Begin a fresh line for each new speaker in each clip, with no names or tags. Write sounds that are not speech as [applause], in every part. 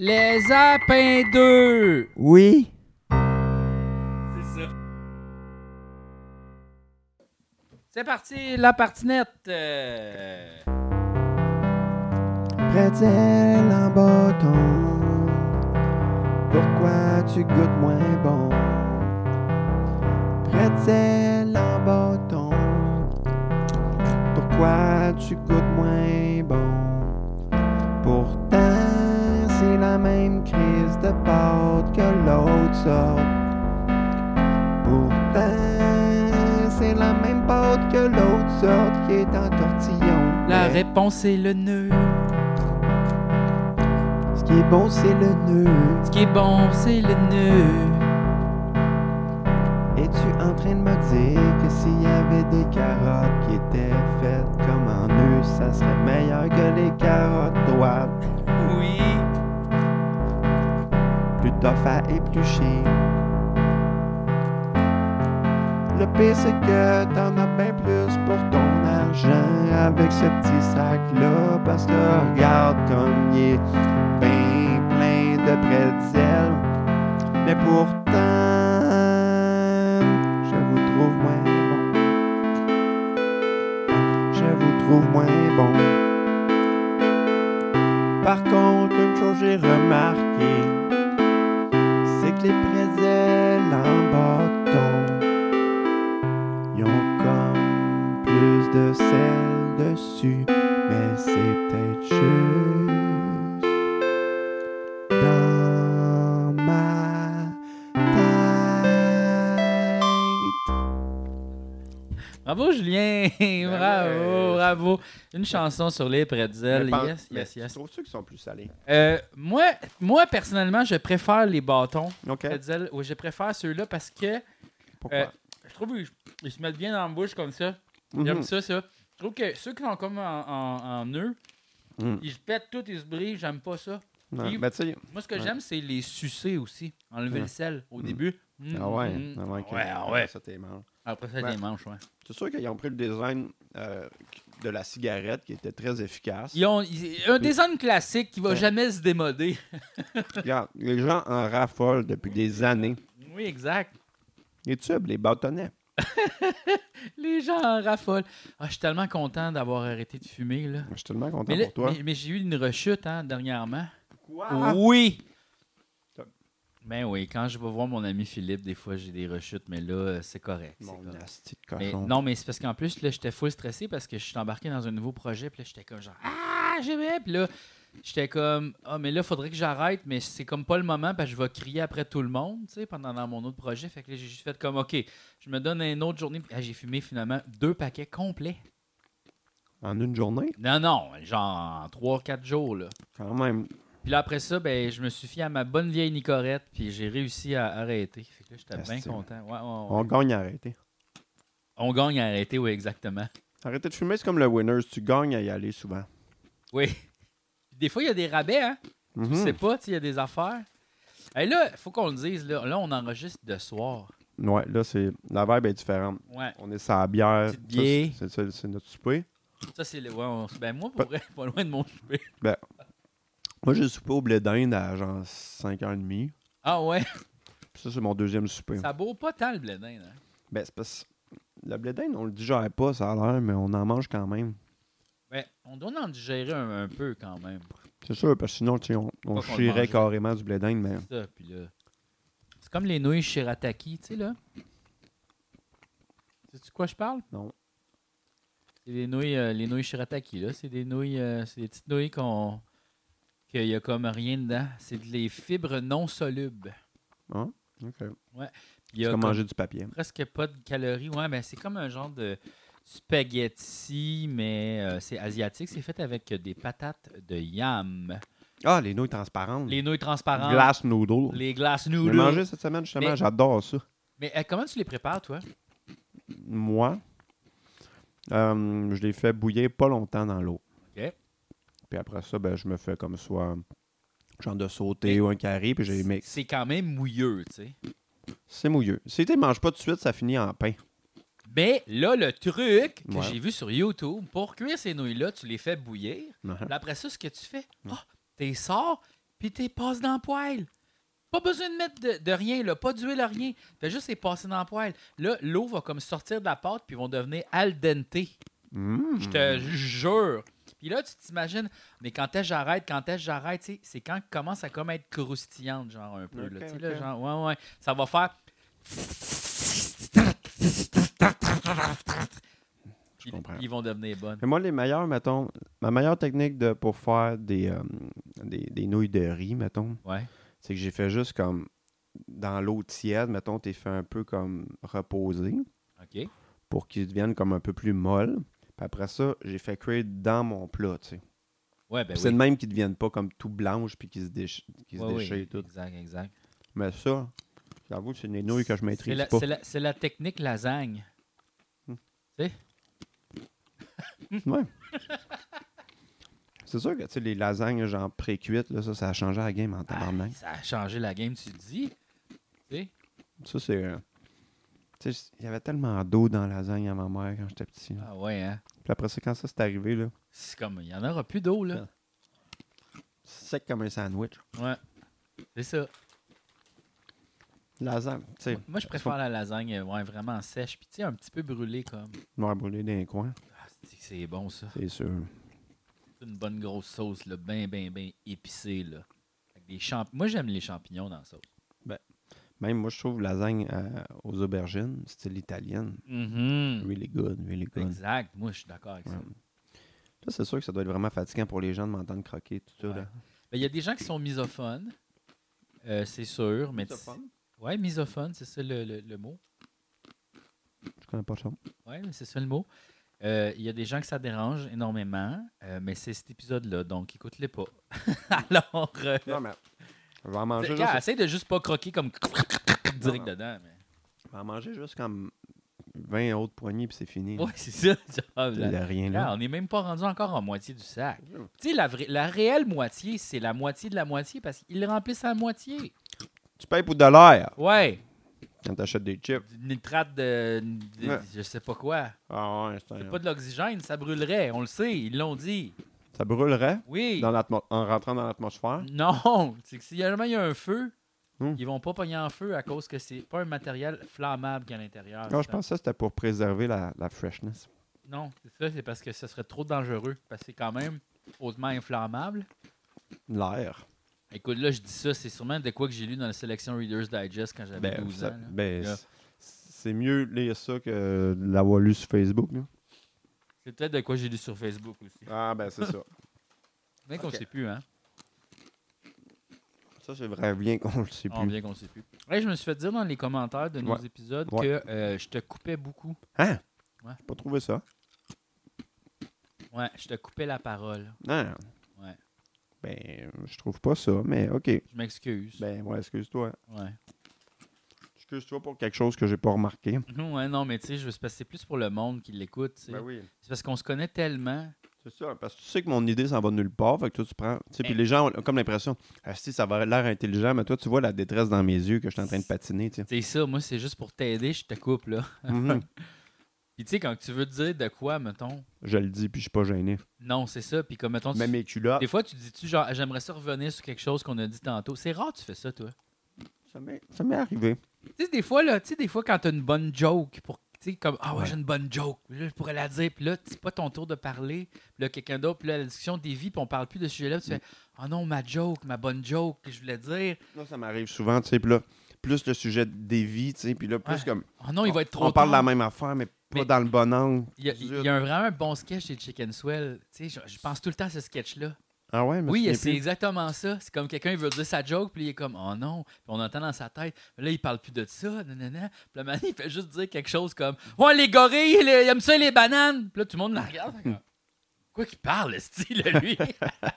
Les Apins 2!
Oui.
C'est parti, la partinette! Euh,
Pretzel en bâton. Pourquoi tu goûtes moins bon? Pretzel en bâton. Pourquoi tu goûtes moins bon? Pourtant, c'est la même crise de pâte que l'autre sorte. Pourtant, c'est la même pâte que l'autre sorte qui est en tortillon.
La
Mais-
réponse est le nœud.
Ce qui est bon, c'est le nœud.
Ce qui est bon, c'est le nœud.
Es-tu en train de me dire que s'il y avait des carottes qui étaient faites comme en nœud, ça serait meilleur que les carottes droites?
Oui.
Plus tough à éplucher. Le pire, c'est que t'en as bien plus pour ton argent avec ce petit sac-là. Parce que regarde comme il est bien plein de pretzels. Mais pourtant, je vous trouve moins bon. Je vous trouve moins bon. Par contre, une chose j'ai remarqué, c'est que les prézels en bâton, ils ont comme plus de sel dessus, mais c'est peut-être juste dans ma tête.
Bravo, Julien! [laughs]
Ben
bravo,
ouais.
bravo. Une chanson sur les pretzels.
Mais pen-
Yes,
mais
yes, yes.
Trouves-tu qu'ils sont plus salés?
Euh, moi, moi, personnellement, je préfère les bâtons.
OK.
Pretzels. Oui, je préfère ceux-là parce que
Pourquoi?
euh, je trouve qu'ils ils se mettent bien dans la bouche comme ça. J'aime
Mhm.
ça, ça. Je trouve que ceux qui sont comme en, en, en nœud,
Mhm.
ils se pètent tout, ils se brisent, j'aime pas ça.
Ouais, ben, tu sais,
Moi, ce que
Ouais.
j'aime, c'est les sucer aussi. Enlever
Ouais.
le sel au
Mm.
début. Mm,
Ah ouais,
mm.
ah ouais, ok.
ouais, ah ouais.
Ça, t'es mort.
Après ça,
Ouais.
les manches, ouais.
C'est sûr qu'ils ont pris le design euh, de la cigarette qui était très efficace.
Ils ont ils- un design classique qui va
Mm. Ouais.
jamais se
[laughs]
démoder.
Regarde, les gens en raffolent depuis des années.
Oui, exact.
Les tubes, les bâtonnets.
Les gens en raffolent. Ah, je suis tellement content d'avoir arrêté de fumer, là.
Je suis tellement content
Mais, là-
pour toi. Ah.
mais- mais j'ai eu une rechute hein, dernièrement.
Quoi?
Oui!
T'as-
Ben oui, quand je vais voir mon ami Philippe, des fois j'ai des rechutes, mais là, euh, c'est correct. c'est
Mon
correct.
nasty de
Mais
cochon.
non, mais c'est parce qu'en plus, là, j'étais full stressé parce que je suis embarqué dans un nouveau projet. Puis là, j'étais comme genre, ah, j'ai bien. Puis là, j'étais comme, ah, mais là, faudrait que j'arrête. Mais c'est comme pas le moment parce que je vais crier après tout le monde, tu sais, pendant dans mon autre projet. Fait que là, j'ai juste fait comme, OK, je me donne une autre journée. Puis, ah, j'ai fumé finalement deux paquets complets.
En une journée,
Non, non, genre en trois, quatre jours, là.
quand même.
Puis là, après ça, ben, je me suis fié à ma bonne vieille Nicorette. Puis j'ai réussi à arrêter. Fait que là, j'étais bien
Esti.
content. Ouais, ouais, ouais.
On gagne à arrêter.
On gagne à arrêter, oui, exactement.
Arrêter de fumer, c'est comme le winners. Tu gagnes à y aller souvent.
Oui. Des fois, il y a des rabais, hein?
Mhm.
Tu sais pas, tu sais, il y a des affaires. Et là, faut qu'on le dise, là, là, on enregistre de soir.
Ouais, là, c'est la vibe est différente.
Ouais.
On est sur la bière.
Petite
Ça,
bière.
c'est- c'est- C'est notre souper.
Ça, c'est le. ouais, on- ben, moi, pour vrai, [laughs] pas loin de mon souper.
Moi, j'ai soupé au blé d'Inde à genre 5h30.
Ah
[laughs]
ouais,
Puis ça, c'est mon deuxième souper.
ça bourre pas tant le blé d'Inde, hein?
Ben, c'est parce que le blé d'Inde, on le digère pas, ça a l'air, mais on en mange quand même.
Ben, on doit en digérer un, un peu quand même.
C'est sûr, parce que sinon, tu sais, on,
Pas qu'on
on
le
chierait
mangerait.
carrément du blé d'Inde, mais
Ça, puis là. C'est comme les nouilles shirataki, tu sais, là. Sais-tu de quoi je parle?
Non.
C'est les nouilles, euh, les nouilles shirataki, là. C'est des nouilles. euh, c'est des petites nouilles qu'on. qu'il y a comme rien dedans. C'est des fibres non solubles.
ok.
Il y
c'est
a
comme
comme-
manger du papier.
presque pas de calories. Ouais, mais c'est comme un genre de spaghetti, mais euh, c'est asiatique. C'est fait avec des patates de yam.
Ah, les nouilles transparentes.
Les nouilles transparentes.
Glace noodle.
Les glaces
J'ai
noodles.
mangé cette semaine, justement,
Mais-
j'adore ça.
Mais euh, comment tu les prépares, toi?
Moi, euh, je les fais bouillir pas longtemps dans l'eau.
Ok.
Puis après ça, ben, je me fais comme soit genre de sauté ou un carré, puis j'ai mais
C'est quand même mouilleux, tu sais.
C'est mouilleux. Si tu ne manges pas tout de suite, ça finit en pain.
Mais Ben, là, le truc que
Ouais.
j'ai vu sur YouTube, pour cuire ces nouilles-là, tu les fais bouillir.
Ouais.
Puis après ça, ce que tu fais, oh, t'es sors, puis Puis t'es passe dans le poêle. Pas besoin de mettre de, de rien, là. Pas d'huile, rien. Fait juste les passer dans le poêle. Là, l'eau va comme sortir de la pâte, puis ils vont devenir al dente.
Mmh.
Je te jure. Puis là, tu t'imagines, mais quand est-ce que j'arrête, quand est-ce que j'arrête, tu sais, c'est quand elle commence à comme être croustillante, genre un peu. là,
Ok,
tu sais, là,
ok.
genre, ouais, ouais. Ça va faire.
Je
Ils,
comprends.
ils vont devenir bonnes.
Mais moi, les meilleurs, mettons, ma meilleure technique de, pour faire des, euh, des, des nouilles de riz, mettons,
Ouais.
c'est que j'ai fait juste comme dans l'eau tiède, mettons, t'es fait un peu comme reposer
OK.
pour qu'ils deviennent comme un peu plus molles. Puis après ça, j'ai fait cuire dans mon plat, tu sais.
Ouais, ben
Puis c'est
oui.
de même qu'ils deviennent pas comme tout blanches puis qu'ils se, déch- qu'ils se
Ouais, oui,
déchirent et tout.
Exact, exact.
Mais ça, j'avoue, c'est des nouilles que je
C'est
maîtrise
la,
pas.
c'est la- c'est la technique lasagne.
Ouais. [laughs] C'est sûr que tu sais, les lasagnes genre pré-cuites, là, ça, ça a changé la game en tabarnak.
Ah, ça a changé la game, tu le dis. Tu sais?
Ça, c'est. euh, Tu sais, il y avait tellement d'eau dans la lasagne à ma mère quand j'étais petit. là.
Ah ouais, hein?
Puis après ça, quand ça c'est arrivé, là,
C'est comme, il n'y en aura plus d'eau, là.
sec comme un sandwich.
Ouais. C'est ça.
Lasagne, tu sais,
Moi, je préfère la lasagne euh, ouais, vraiment sèche, puis tu sais, un petit peu brûlée comme.
noir brûlé d'un coin,
Ah, c'est- c'est bon, ça.
c'est sûr.
Une bonne grosse sauce, là, bien, bien, bien épicée, là. Avec des champ... Moi, j'aime les champignons dans la sauce.
Même moi, je trouve lasagne euh, aux aubergines, style italienne,
Mhm.
really good, really good.
Exact. Moi, je suis d'accord avec ça.
Ouais. Là, c'est sûr que ça doit être vraiment fatigant pour les gens de m'entendre croquer tout ça.
Ouais.
là.
Mais Il y a des gens qui sont misophones, euh, c'est sûr. Mais
Misophone?
Ouais, misophone, c'est ça le, le- le mot.
Je connais pas ça.
Ouais, mais c'est ça le mot. Euh, Il y a des gens que ça dérange énormément, euh, mais c'est cet épisode-là, donc écoute-les pas. [laughs] Alors, euh,
Non, mais. Je vais en manger
gars,
juste.
essaye de juste pas croquer comme [laughs] direct
non.
dedans. Mais...
Je vais en manger juste comme 20 autres poignées, puis c'est fini.
Ouais, c'est ça. [laughs] Ah,
Il
là.
n'y a rien là.
Ah, on n'est même pas rendu encore en moitié du sac. Tu sais, la, vraie- la réelle moitié, c'est la moitié de la moitié parce qu'ils le remplissent à moitié.
Tu payes pour de l'air
Ouais,
quand t'achètes des chips.
du nitrate de, de-
Ouais.
je sais pas quoi.
Ah ouais, c'est un-
Pas de l'oxygène, ça brûlerait, on le sait, ils l'ont dit.
Ça brûlerait
Oui.
dans l'atmo- en rentrant dans l'atmosphère.
Non, c'est que si jamais il y a un feu,
Hmm.
ils vont pas pogner en feu à cause que c'est pas un matériel flammable qu'il y a à l'intérieur.
Non, je pensais que c'était pour préserver la, la freshness.
Non, c'est ça, c'est parce que ce serait trop dangereux parce que c'est quand même hautement inflammable.
L'air.
Écoute, là, je dis ça, c'est sûrement de quoi que j'ai lu dans la sélection Reader's Digest quand j'avais
Ben,
12
ça-
ans. là.
ben,
Là.
c'est- c'est mieux lire ça que de l'avoir lu sur Facebook. là.
C'est peut-être de quoi j'ai lu sur Facebook aussi.
Ah, ben c'est ça.
Mais qu'on
ok.
sait plus, hein.
[laughs] ça, c'est vrai bien qu'on le sait
On
plus.
bien qu'on sait plus. Hey, je me suis fait dire dans les commentaires de nos
Ouais.
épisodes
Ouais.
que euh, je te coupais beaucoup.
Hein?
Ouais.
J'ai pas trouvé ça.
Ouais, je te coupais la parole.
Non.
Ouais.
Ben, je trouve pas ça, mais OK.
Je m'excuse.
Ben, ouais, excuse-toi.
Ouais. [laughs]
Excuse-toi pour quelque chose que j'ai pas remarqué.
ouais, non, mais tu sais, je veux c'est parce que c'est plus pour le monde qui l'écoute. tu sais.
Ben oui.
C'est parce qu'on se connaît tellement.
C'est ça, parce que tu sais que mon idée s'en va nulle part, fait que toi tu prends. Tu sais, puis
Eh.
les gens ont comme l'impression, ah si, ça va l'air intelligent, mais toi tu vois la détresse dans mes yeux que je suis en train de patiner, tu sais.
C'est ça, moi, c'est juste pour t'aider, je te coupe, là. [laughs]
Mhm.
Puis tu sais, quand tu veux dire de quoi, mettons.
Je le dis, puis je suis pas gêné.
Non, c'est ça. Puis comme, mettons, tu
Même mes culottes.
Des fois, tu dis-tu, genre, j'aimerais ça revenir sur quelque chose qu'on a dit tantôt. C'est rare, tu fais ça, toi.
Ça m'est ça m'est arrivé.
Tu sais, des fois, là, tu sais, des fois, quand t'as une bonne joke, pour, tu sais, comme, ah ouais,
Ouais.
j'ai une bonne joke, là, je pourrais la dire, puis là, c'est pas ton tour de parler, puis là, quelqu'un d'autre, puis là, la discussion dévie, puis on parle plus de ce sujet-là, puis tu fais, ah non, ma joke, ma bonne joke que je voulais dire,
Là, ça m'arrive souvent, tu sais, puis là, plus le sujet dévie, tu sais, puis là, plus
Ouais.
comme.
ah non, il va être trop
On parle de la
tard.
même affaire, mais pas
Mais-
dans le bon angle.
Il y a, il y a un- vraiment un bon sketch chez Chicken Swell. Tu sais, je, je pense tout le temps à ce sketch-là.
Ah ouais, mais
Oui, c'est exactement ça. C'est comme quelqu'un il veut dire sa joke, puis il est comme Oh non, puis on entend dans sa tête, Mais là il parle plus de ça, nanana. Puis le man, il fait juste dire quelque chose comme Ouais, les gorilles, les- ils aiment ça les bananes. Puis là tout le monde la regarde. fait comme, Quoi qu'il parle, le style, lui. [laughs]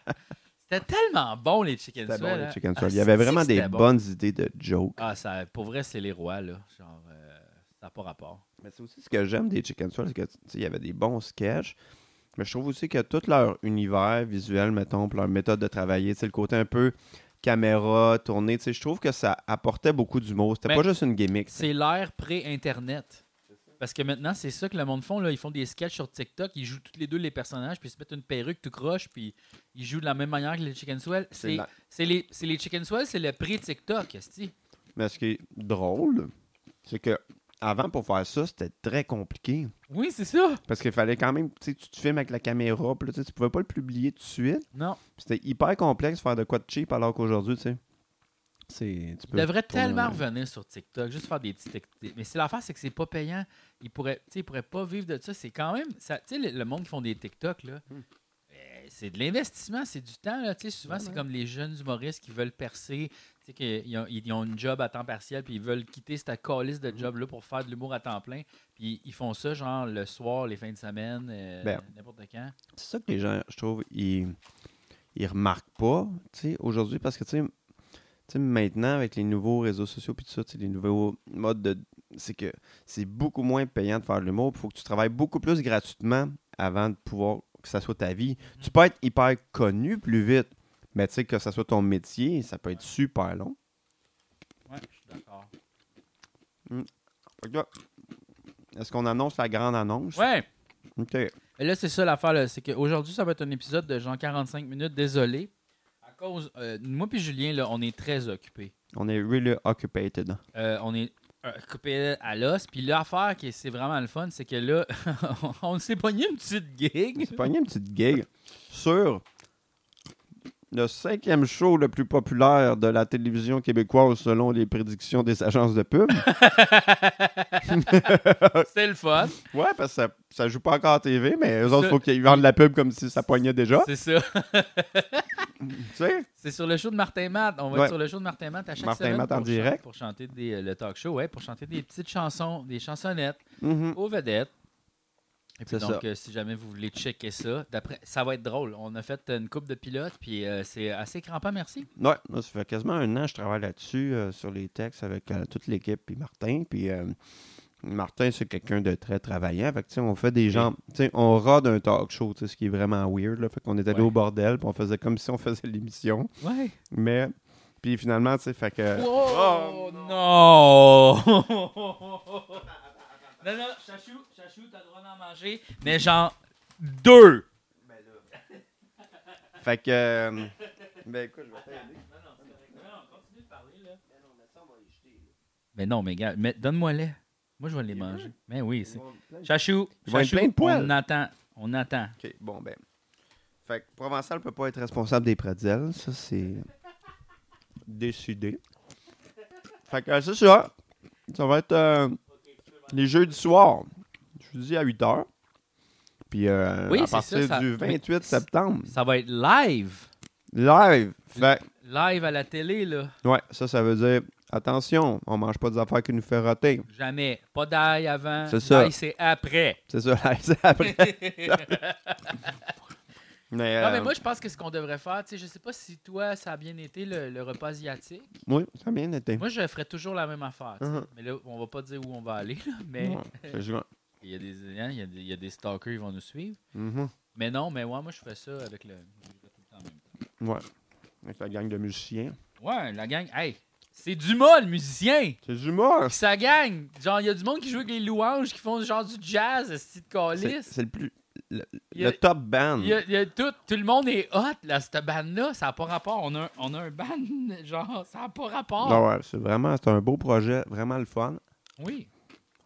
c'était tellement bon les chicken
C'était bon,
swell,
les
hein.
chicken
Ah,
swell. Il y avait
c'est-tu
vraiment
que
des
c'était bon.
bonnes idées de jokes.
Ah, ça, pour vrai, c'est les rois, là. Genre, euh, ça n'a pas rapport.
Mais c'est aussi ce que j'aime des Chicken Swell, c'est que tu sais, il y avait des bons sketchs. Mais je trouve aussi que tout leur univers visuel, mettons, puis leur méthode de travailler, tu sais, le côté un peu caméra, tournée, tu sais, je trouve que ça apportait beaucoup d'humour. C'était
Mais-
pas juste une gimmick. tu sais.
C'est l'ère pré-internet. Parce que maintenant, c'est ça que le monde font. Là. Ils font des sketchs sur TikTok, ils jouent tous les deux les personnages, puis ils se mettent une perruque tout croche, puis ils jouent de la même manière que les Chicken Swell.
C'est
C'est
la-
c'est les, c'est les Chicken Swell, c'est le prix TikTok, esti.
Mais ce qui est drôle, c'est que avant, pour faire ça, c'était très compliqué.
Oui, c'est ça.
Parce qu'il fallait quand même, tu sais, tu te filmes avec la caméra, puis là, tu sais, tu pouvais pas le publier tout de suite.
Non.
C'était hyper complexe de faire de quoi de cheap, alors qu'aujourd'hui, tu sais, c'est. Tu
Ils
peux
devraient
tourner
tellement
en-
revenir sur TikTok, juste faire des petits TikTok. Mais si l'affaire, c'est que c'est pas payant. Ils pourraient, tu sais, ils pourraient pas vivre de ça. C'est quand même. ça- Tu sais, le, le monde qui font des TikTok, là. euh, C'est de l'investissement, c'est du temps. Là. Tu sais, Souvent, c'est comme les jeunes humoristes qui veulent percer, tu sais, qu'ils ont, ils ont une job à temps partiel, puis ils veulent quitter cette calice de job-là pour faire de l'humour à temps plein. Puis ils font ça, genre, le soir, les fins de semaine, euh,
Ben.
n'importe quand.
C'est ça que les gens, je trouve, ils, ils remarquent pas, tu sais, aujourd'hui, parce que, tu sais, tu sais, maintenant, avec les nouveaux réseaux sociaux, puis tout ça, tu sais, les nouveaux modes de. C'est que c'est beaucoup moins payant de faire de l'humour. Il faut que tu travailles beaucoup plus gratuitement avant de pouvoir que ça soit ta vie. Tu peux être hyper connu plus vite, mais tu sais, que ça soit ton métier, ça peut être super long.
Ouais, je suis d'accord.
Fait que là, Est-ce qu'on annonce la grande annonce?
Ouais!
OK.
Mais là, c'est ça l'affaire. là. C'est qu'aujourd'hui, ça va être un épisode de genre 45 minutes. Désolé. À cause. euh, moi puis Julien, là, on est très occupés.
On est really occupied.
Euh, on est euh, occupés à l'os. Puis l'affaire, qui est- c'est vraiment le fun, c'est que là, [laughs] on s'est pogné une petite gig.
[laughs] C'est pas une petite gig sur le cinquième show le plus populaire de la télévision québécoise selon les prédictions des agences de pub.
C'était le fun.
[laughs] Ouais, parce que ça, ça joue pas encore à TV, mais eux autres,
Ça-
faut qu'ils vendent la pub comme si ça poignait déjà.
C'est ça.
Tu sais,
C'est sur le show de Martin Matt. On va
Ouais.
être sur le show de Martin Matt à chaque
Martin
semaine
Matt en
pour chan-
direct.
pour chanter des, euh, le talk show, ouais, pour chanter des petites chansons, des chansonnettes
Mhm.
aux vedettes. Et puis
C'est
donc,
ça.
euh, si jamais vous voulez checker ça, d'après, ça va être drôle. On a fait une coupe de pilotes, puis euh, c'est assez crampant, merci.
ouais, moi, ça fait quasiment un an que je travaille là-dessus, euh, sur les textes avec euh, toute l'équipe, puis Martin. Puis euh, Martin, c'est quelqu'un de très travaillant. Fait que, tu sais, on fait des gens. Tu sais, on rode un talk show, tu sais, ce qui est vraiment weird. Là. Fait qu'on est allé
Ouais.
au bordel, puis on faisait comme si on [laughs] faisait l'émission.
Ouais.
Mais, puis finalement, tu sais, fait que.
Oh, non! [laughs] non, non, Chachou, Chachou, t'as le droit d'en manger, mais genre deux!
Fait que. euh, ben écoute, je vais t'aider.
Mais non, mais gars, mais donne-moi-les. Moi, je vais les manger. Mais oui, c'est. Chachou,
Ils vont être
Chachou,
pleins de poils.
on attend, on attend.
Ok, bon, ben. Fait que Provençal peut pas être responsable des pretzels. Ça, c'est. décidé. Fait que euh, c'est ça. Ça va être euh, les jeux du soir. Je vous dis à 8 h. Puis euh,
Oui,
à
c'est
partir
ça, ça-
du
mais-
28 septembre,
Ça va être live!
live. Fait
Live à la télé, là.
que, ouais, ça, ça veut dire attention, on mange pas des affaires qui nous fait roter.
Jamais. Pas d'ail avant.
C'est ça.
L'ail, c'est
[laughs]
après.
C'est ça, live, c'est après. mais,
Non, mais
euh,
moi, je pense que ce qu'on devrait faire, tu sais, je sais pas si toi, ça a bien été le, le repas asiatique.
Oui, ça a bien été.
Moi, je ferais toujours la même affaire. tu sais.
Mhm.
Mais là, on va pas dire où on va aller, là, mais
Ouais, c'est juste-
il y, a des, hein, il y a des- il y a des stalkers qui vont nous suivre.
Mhm.
Mais non, mais ouais, moi, je fais ça avec le. je fais tout le temps en même temps.
Ouais. Avec la gang de musiciens.
Ouais, la gang. Hey! C'est Dumas, le musicien!
C'est du mort!
Puis Sa gang! Genre, il y a du monde qui joue avec les louanges, qui font genre du jazz, style de
C'est
calice.
c'est le plus. Le,
Il y a-
le top band.
Il y a- il y a tout, tout le monde est hot, là, cette bande-là. Ça n'a pas rapport. On a, un- on a un band, [laughs] genre, ça n'a pas rapport.
Ah ouais, c'est vraiment c'est un beau projet, vraiment le fun.
Oui,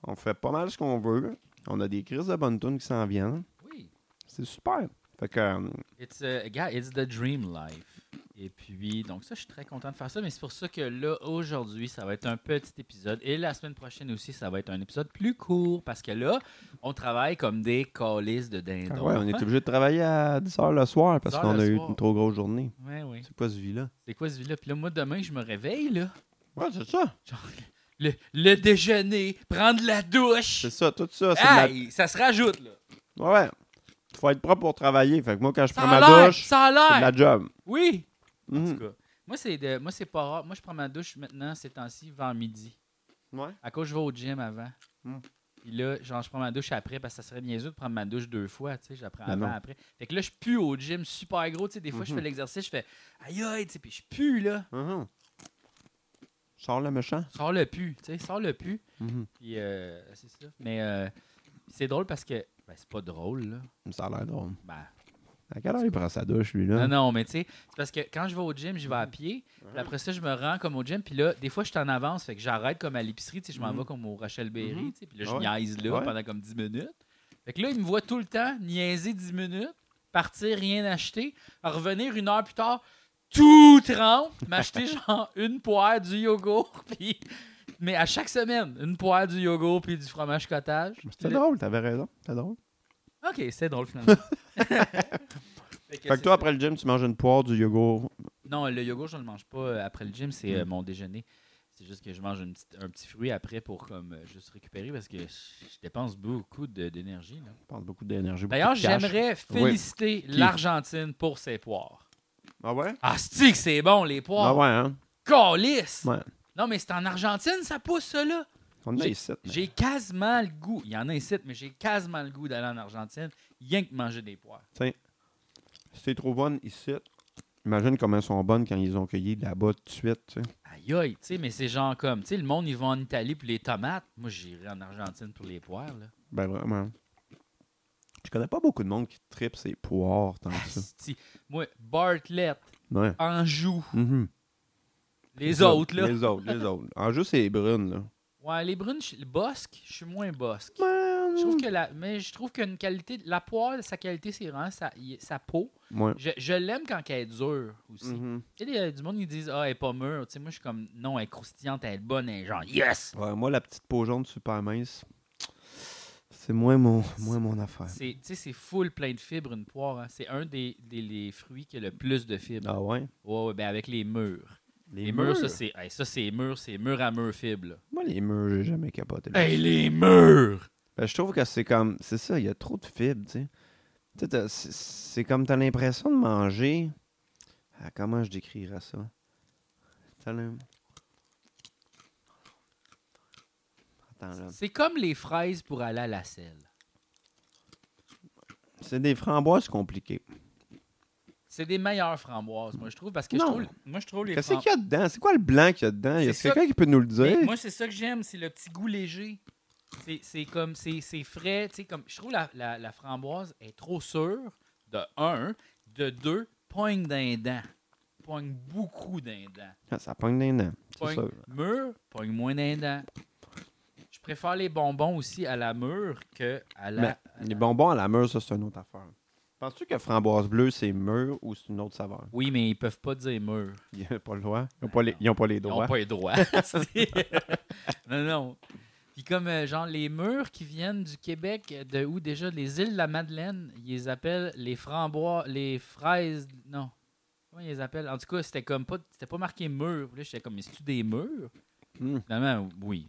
On fait pas mal ce qu'on veut. On a des crises de bonne tune qui s'en viennent.
oui.
C'est super. Fait que. euh,
It's, euh, gars, it's the dream life. Et puis, donc ça, je suis très content de faire ça, mais c'est pour ça que là, aujourd'hui, ça va être un petit épisode. Et la semaine prochaine aussi, ça va être un épisode plus court, parce que là, on travaille comme des calices de dindons.
ah ouais, on est obligé de travailler à 10 h le soir parce
10
qu'on
hein? le
a eu
soir.
une trop grosse journée.
Ouais, ouais.
C'est quoi ce vie-là?
C'est quoi ce vie-là? Puis là, moi, demain, je me réveille, là.
Ouais, c'est ça.
Genre, le, le déjeuner, prendre la douche.
C'est ça, tout ça. c'est de la-
Aïe, ça se rajoute, là.
Ouais, ouais. Faut être propre pour travailler. Fait que moi, quand je
Ça
prends
a
ma
l'air,
douche,
ça a
c'est de
l'air.
la job.
Oui. En
Mhm.
tout cas, moi, c'est de- moi, c'est pas rare. Moi, je prends ma douche maintenant, ces temps-ci, vers midi.
Ouais.
À cause, je vais au gym avant.
Hmm.
Puis là, genre, je prends ma douche après parce que ça serait niaiseux de prendre ma douche deux fois. Tu sais, j'apprends
Ben
avant,
non.
après. Fait que là, je pue au gym super gros. Tu sais, des fois, je fais
Mhm.
l'exercice, je fais aïe aïe, tu sais, puis je pue, là.
Mhm. Sors le méchant.
Sors le pu, tu sais, sors le pu.
Mhm.
Puis, euh, c'est ça. Mais euh, c'est drôle parce que. Ben, c'est pas drôle, là.
Mm, Ça a l'air drôle.
Ben,
À quelle heure il prend sa douche, lui,
non,
là?
non, mais tu sais, c'est parce que quand je vais au gym, je vais à pied. Puis après ça, je me rends comme au gym. Puis là, des fois, je suis en avance. Fait que j'arrête comme à l'épicerie. Tu sais, je m'en
Mhm.
vais comme au Rachel Berry.
Mhm.
tu sais, Puis là, je
Ouais.
niaise là
Ouais.
pendant comme 10 minutes. Fait que là, il me voit tout le temps niaiser 10 minutes, partir, rien acheter, revenir une heure plus tard, tout trempe, [laughs] m'acheter genre une poire du yogourt. [laughs] Puis. Mais à chaque semaine, une poire du yogourt puis du fromage cottage.
C'était
Le-
drôle, t'avais raison. C'était drôle.
Ok, c'est drôle
[laughs]
finalement. [laughs] Fait que
Fait que
c'est
toi,
ça.
après le gym, tu manges une poire, du yogourt.
Non, le yogourt, je ne le mange pas euh, après le gym, c'est euh,
Mm.
mon déjeuner. C'est juste que je mange une petite- un petit fruit après pour comme euh, juste récupérer parce que je je dépense beaucoup de- d'énergie. là.
Je pense beaucoup d'énergie. beaucoup
D'ailleurs,
de cash.
j'aimerais
Oui.
féliciter l'Argentine pour ses poires.
Ah ouais?
Ah, c'est que c'est bon, les
Ah
poires.
ouais, hein?
Calisse!
Ouais.
Non, mais c'est en Argentine, ça pousse, ça, là.
On est
J'ai-
ici. mais-
J'ai quasiment le goût. Il y en a ici, mais j'ai quasiment le goût d'aller en Argentine, rien que manger des poires.
Si t'es trop bonne ici, imagine comment elles sont bonnes quand ils ont cueilli là-bas tout de suite, tu sais.
Aïe, aïe, tu sais, mais c'est genre comme, tu sais, le monde, ils vont en Italie pour les tomates. Moi, j'irai en Argentine pour les poires, là.
Ben vraiment. Je connais pas beaucoup de monde qui tripe ses poires tant que ça.
Asti. Moi, Bartlett,
Ouais.
Anjou,
Mhm.
les autres, là.
Les autres, les autres. En jeu, c'est brune, là.
Ouais, les brunes, je- le bosque, je suis moins bosque.
Man.
Je trouve que la, mais je trouve qu'une qualité, la poire, sa qualité, c'est vraiment sa, y- sa peau.
Ouais.
Je, je l'aime quand elle est dure aussi.
Mhm.
Tu sais, il y a du monde qui disent, ah, elle est pas mûre. Tu sais, moi, je suis comme, non, elle est croustillante, elle est bonne, elle est genre, yes!
Ouais, moi, la petite peau jaune super mince, c'est moins mon, moins mon affaire.
C'est- Tu sais, c'est full plein de fibres, une poire. hein. C'est un des, des- des fruits qui a le plus de fibres.
Ah ouais?
Ouais, ouais, ben avec les murs. Les, murs, ça, c'est hey, ça, c'est mur, c'est mur à mur fibre. là.
Moi, les murs, j'ai jamais capoté.
Hey, les murs!
Ben, je trouve que c'est comme. C'est ça, il y a trop de fibres, tu sais. Tu sais. t'as- c'est- C'est comme t'as l'impression de manger. Ah, comment je décrirais ça? T'as l'im- Attends, là.
C'est comme les fraises pour aller à la selle.
C'est des framboises compliquées.
C'est des meilleures framboises, moi, je trouve, parce que
Non.
je trouve, moi, je trouve les
Qu'est-ce qu'il
framboises...
y a dedans? C'est quoi le blanc qu'il y a dedans? Y
C'est
a
ça.
quelqu'un qui peut nous le dire?
Moi, c'est ça que j'aime, c'est le petit goût léger. C'est- C'est comme, c'est c'est frais, tu sais, comme, je trouve la, la, la framboise est trop sûre, de un, de deux, poigne d'un dent. Poigne beaucoup d'un dent.
Ah, ça pogne des dents. C'est
Poigne
ça.
mûr, poigne moins d'un dent. Je préfère les bonbons aussi à la mûre que à la...
Mais
à
les
la-
bonbons à la mûre, ça, c'est une autre affaire. Penses-tu que framboise bleue, c'est mûr ou c'est une autre saveur? [laughs]
Oui, mais ils peuvent pas dire mûr.
Ils n'ont pas le droit. Ils n'ont pas, les- ils ont pas les
Ils n'ont
droits.
pas les [laughs] droits. non, non. Puis comme, euh, genre, les murs qui viennent du Québec, euh, de où déjà, les îles de la Madeleine, ils les appellent les frambois, les fraises, non. Comment ils les appellent? En tout cas, c'était comme pas, c'était pas marqué mur. Là, j'étais comme, mais c'est-tu des murs?
Hmm.
Finalement, oui.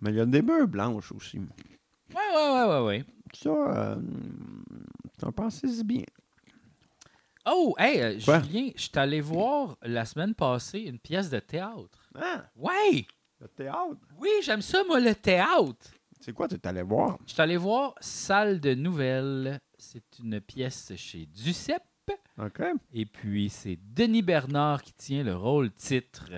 Mais il y a des mûres blanches aussi.
Ouais, ouais, ouais, ouais, ouais.
Ça, euh, t'en pensais bien.
Oh, hey, euh,
Quoi?
Julien, je suis allé voir la semaine passée une pièce de théâtre.
Ah,
Ouais!
le théâtre.
Oui, j'aime ça, moi, le théâtre!
C'est quoi, t'es allé voir?
Je suis allé voir Salle de nouvelles. C'est une pièce chez Ducep.
OK.
Et puis, c'est Denis Bernard qui tient le rôle titre.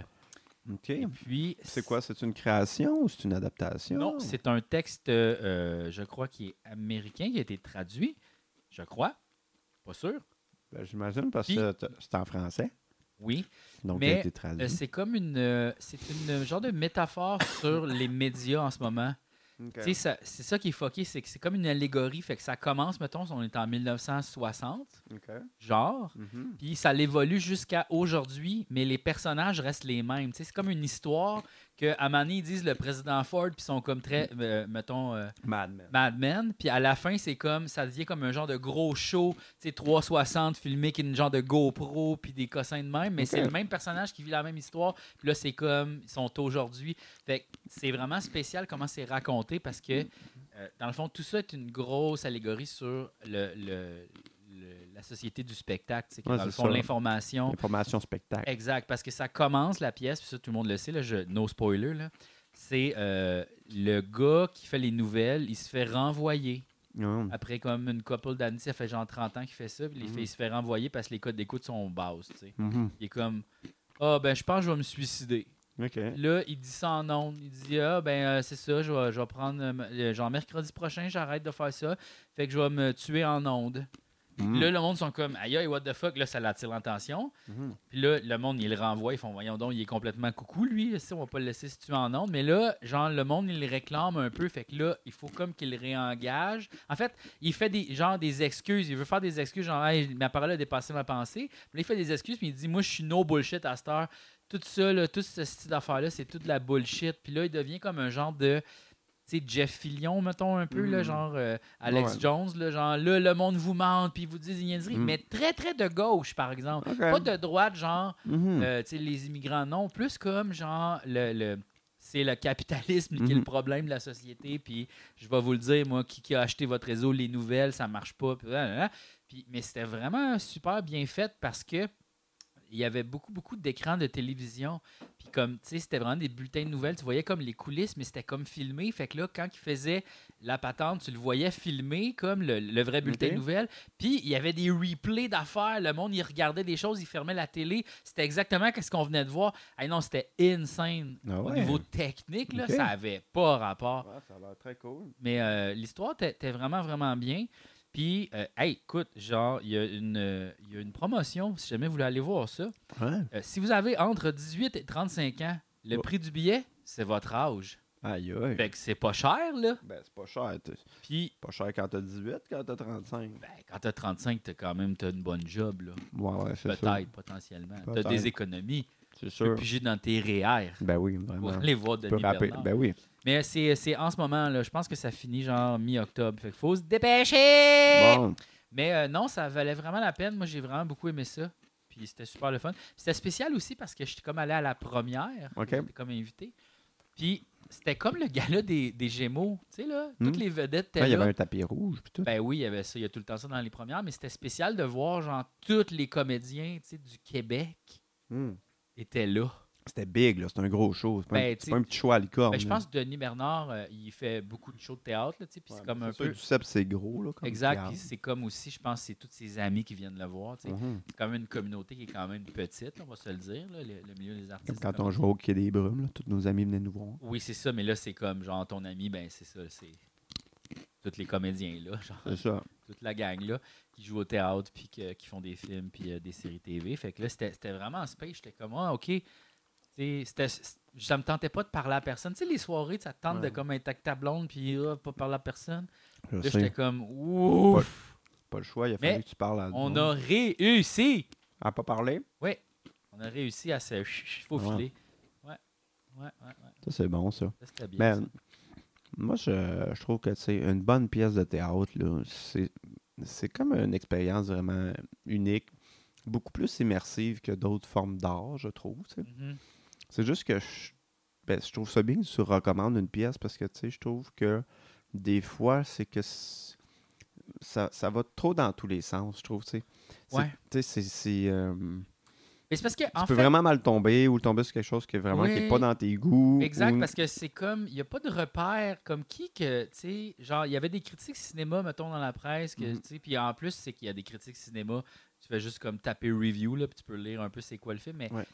OK.
Et puis.
C'est quoi, c'est une création ou c'est une adaptation?
Non, c'est un texte, euh, je crois, qui est américain, qui a été traduit. Je crois. Pas sûr.
Ben, J'imagine parce
Puis-
que t- c'est en français,
Oui.
donc
Mais,
il a été
Euh,
traduit.
c'est comme une. euh, c'est une euh, genre de
[coughs]
métaphore sur les médias en ce moment.
OK.
Tu sais, ça- c'est ça qui est foqué, c'est que c'est comme une allégorie. Fait que ça commence, mettons, on est en 1960,
OK.
genre.
Mhm.
Puis ça l'évolue jusqu'à aujourd'hui, mais les personnages restent les mêmes. Tu sais, C'est comme une histoire que à un moment donné, ils disent le président Ford, puis ils sont comme très, euh, mettons, euh,
Mad Men.
Mad Men. Puis à la fin, c'est comme, ça devient comme un genre de gros show, tu sais, 360 filmé avec une genre de GoPro, puis des cossins de même. Mais
Ok.
c'est le même personnage qui vit la même histoire. Puis là, c'est comme, ils sont aujourd'hui. Fait que c'est vraiment spécial comment c'est raconté parce que, euh, dans le fond, tout ça est une grosse allégorie sur le. le- le- la société du spectacle, tu sais, que
Ouais,
dans le
c'est
fond,
ça.
l'information,
Information spectacle.
Exact, parce que ça commence la pièce, puis ça, tout le monde le sait, là, je, no spoiler, là. c'est euh, le gars qui fait les nouvelles, il se fait renvoyer.
Non.
Après comme une couple d'années, ça fait genre 30 ans qu'il fait ça, puis il, fait- il se fait renvoyer parce que les codes d'écoute sont basses. tu sais.
Mhm.
Il est comme, ah ben je pense que je vais me suicider.
OK.
Là, il dit ça en ondes. Il dit Ah, ben, euh, c'est ça, je vais, je vais prendre. euh, euh, genre, mercredi prochain, j'arrête de faire ça. Fait que je vais me tuer en ondes.
Mm.
Là, le monde sont comme Aïe, aïe, what the fuck. Là, ça l'attire l'attention.
Mhm.
Puis là, le monde, il le renvoie. Ils font Voyons donc, il est complètement coucou, lui. Si on va pas le laisser se tuer en ondes. Mais là, genre, le monde, il le réclame un peu. Fait que là, il faut comme qu'il réengage. En fait, il fait des genre des excuses. Il veut faire des excuses. Genre, Hey, ma parole a dépassé ma pensée. Puis là, il fait des excuses. Puis il dit Moi, je suis no bullshit à cette heure. Tout ça, là, tout ce style d'affaires-là, c'est toute de la bullshit. Puis là, il devient comme un genre de. Tu sais, Jeff Fillion, mettons un peu, là,
Mhm.
genre euh, Alex
Ouais.
Jones, là, genre là, le monde vous mente, puis ils vous dit des niaiseries.
Mhm.
Mais très, très de gauche, par exemple.
OK.
Pas de droite, genre,
Mhm.
euh, tu sais, les immigrants, non. Plus comme, genre, le, le- c'est le capitalisme qui est
Mhm.
le problème de la société. Puis, je vais vous le dire, moi, qui, qui a acheté votre réseau, les nouvelles, ça marche pas. Puis, là, là, là. Puis- mais c'était vraiment super bien fait parce que il y avait beaucoup, beaucoup d'écrans de télévision. Puis, comme, tu sais, c'était vraiment des bulletins de nouvelles. Tu voyais comme les coulisses, mais c'était comme filmé. Fait que là, quand ils faisaient la patente, tu le voyais filmé comme le, le vrai bulletin
Ok.
de nouvelles. Puis il y avait des replays d'affaires. Le monde, il regardait des choses, il fermait la télé. C'était exactement ce qu'on venait de voir. Ah non, c'était insane.
Ah
Au
ouais.
niveau technique, là,
Ok.
ça avait pas rapport.
Ouais, ça a l'air très cool.
Mais euh, l'histoire était était vraiment, vraiment bien. Puis, euh, hey, écoute, genre, il y, a une, euh, il y a une promotion, si jamais vous voulez aller voir ça.
Ouais.
Euh, si vous avez entre 18 et 35 ans, le
Oh.
prix du billet, c'est votre âge.
Aïe, aïe.
Fait que c'est pas cher, là.
Ben, c'est pas cher. t'es- c'est
Puis,
Pas cher quand t'as 18, quand t'as 35.
ben, quand t'as 35, t'as quand même t'as une bonne job, là.
Ouais, ouais, c'est sûr.
Peut-être, potentiellement. Tu as
Peut-être.
des économies.
C'est
Tu peux
sûr.
piger dans tes REER
Ben oui,
pour
vraiment.
aller voir
Tu peux
Denis
rapper.
Bernard.
Ben oui.
Mais c'est c'est en ce moment, là, je pense que ça finit genre mi-octobre. Fait qu'il faut se dépêcher!
Bon.
Mais euh, non, ça valait vraiment la peine. Moi, j'ai vraiment beaucoup aimé ça. Puis c'était super le fun. Puis C'était spécial aussi parce que j'étais comme allé à la première.
OK.
J'étais comme invité. Puis c'était comme le gala des, des Gémeaux. Tu sais, là, toutes
Hmm.
les vedettes étaient
Ouais, Il y
là.
avait un tapis rouge. Pis tout.
Ben oui, il y avait ça. Il y a tout le temps ça dans les premières. Mais c'était spécial de voir, genre, tous les comédiens tu sais, du Québec
Hmm.
étaient là.
C'était big, là. C'était un gros show. C'est pas, un-
Ben,
c'est
t'sais-
pas un petit show à licorne.
Ben, je
là.
pense que Denis Bernard, euh, il fait beaucoup de shows de théâtre, là, tu sais, puis
Ouais,
c'est comme
mais
un
sûr que
peu.
Du CEP, c'est gros, là. Comme
Exact,
théâtre.
puis c'est comme aussi, je pense, c'est tous ses amis qui viennent le voir. tu sais.
Mhm.
C'est quand même une communauté qui est quand même petite, on va se le dire, là, le, le milieu des
Comme
artistes.
quand on jouait au Quai des Brumes, là, tous nos amis venaient nous voir.
Oui, c'est ça, mais là, c'est comme, genre, ton ami, ben, c'est ça, c'est tous les comédiens, là, genre,
C'est ça.
toute la gang, là, qui jouent au théâtre, puis que- qui font des films, puis euh, des séries TV. Fait que là, c'était c'était vraiment en space. J'étais comme, ah, OK. Tu sais, c'était- c- Ça me tentait pas de parler à personne. Tu sais, les soirées, ça te tente
Ouais.
de comme être avec ta blonde, puis ah, pas parler à personne.
Je
Là, j'étais
sais.
comme, ouf,
Pas le choix. Il a
Mais
fallu que tu parles à.
on a réussi.
À pas parler.
On a réussi à se ch- ch- faufiler. Ouais. Ouais, ouais, ouais.
Ça, c'est bon, ça.
Ça, C'était bien.
Ben, moi, je, je trouve que c'est une bonne pièce de théâtre. là, C'est c'est comme une expérience vraiment unique, beaucoup plus immersive que d'autres formes d'art, je trouve. tu sais.
ça. Mhm.
C'est juste que je, ben, je trouve ça bien que tu recommandes une pièce parce que tu sais, je trouve que des fois, c'est que c- ça, ça va trop dans tous les sens, je trouve. tu sais. C'est-
Ouais.
tu sais, c'est- c'est, euh,
Mais c'est parce que,
tu
en
peux
fait,
vraiment mal tomber ou tomber sur quelque chose qui est vraiment qui est
Oui.
pas dans tes goûts.
Exact,
ou-
parce que c'est comme, il n'y a pas de repère comme qui que, tu sais, genre, il y avait des critiques cinéma, mettons, dans la presse, que,
Mhm.
tu sais, puis en plus, c'est qu'il y a des critiques cinéma, tu fais juste comme taper review, là, puis tu peux lire un peu c'est quoi le film, mais
Ouais.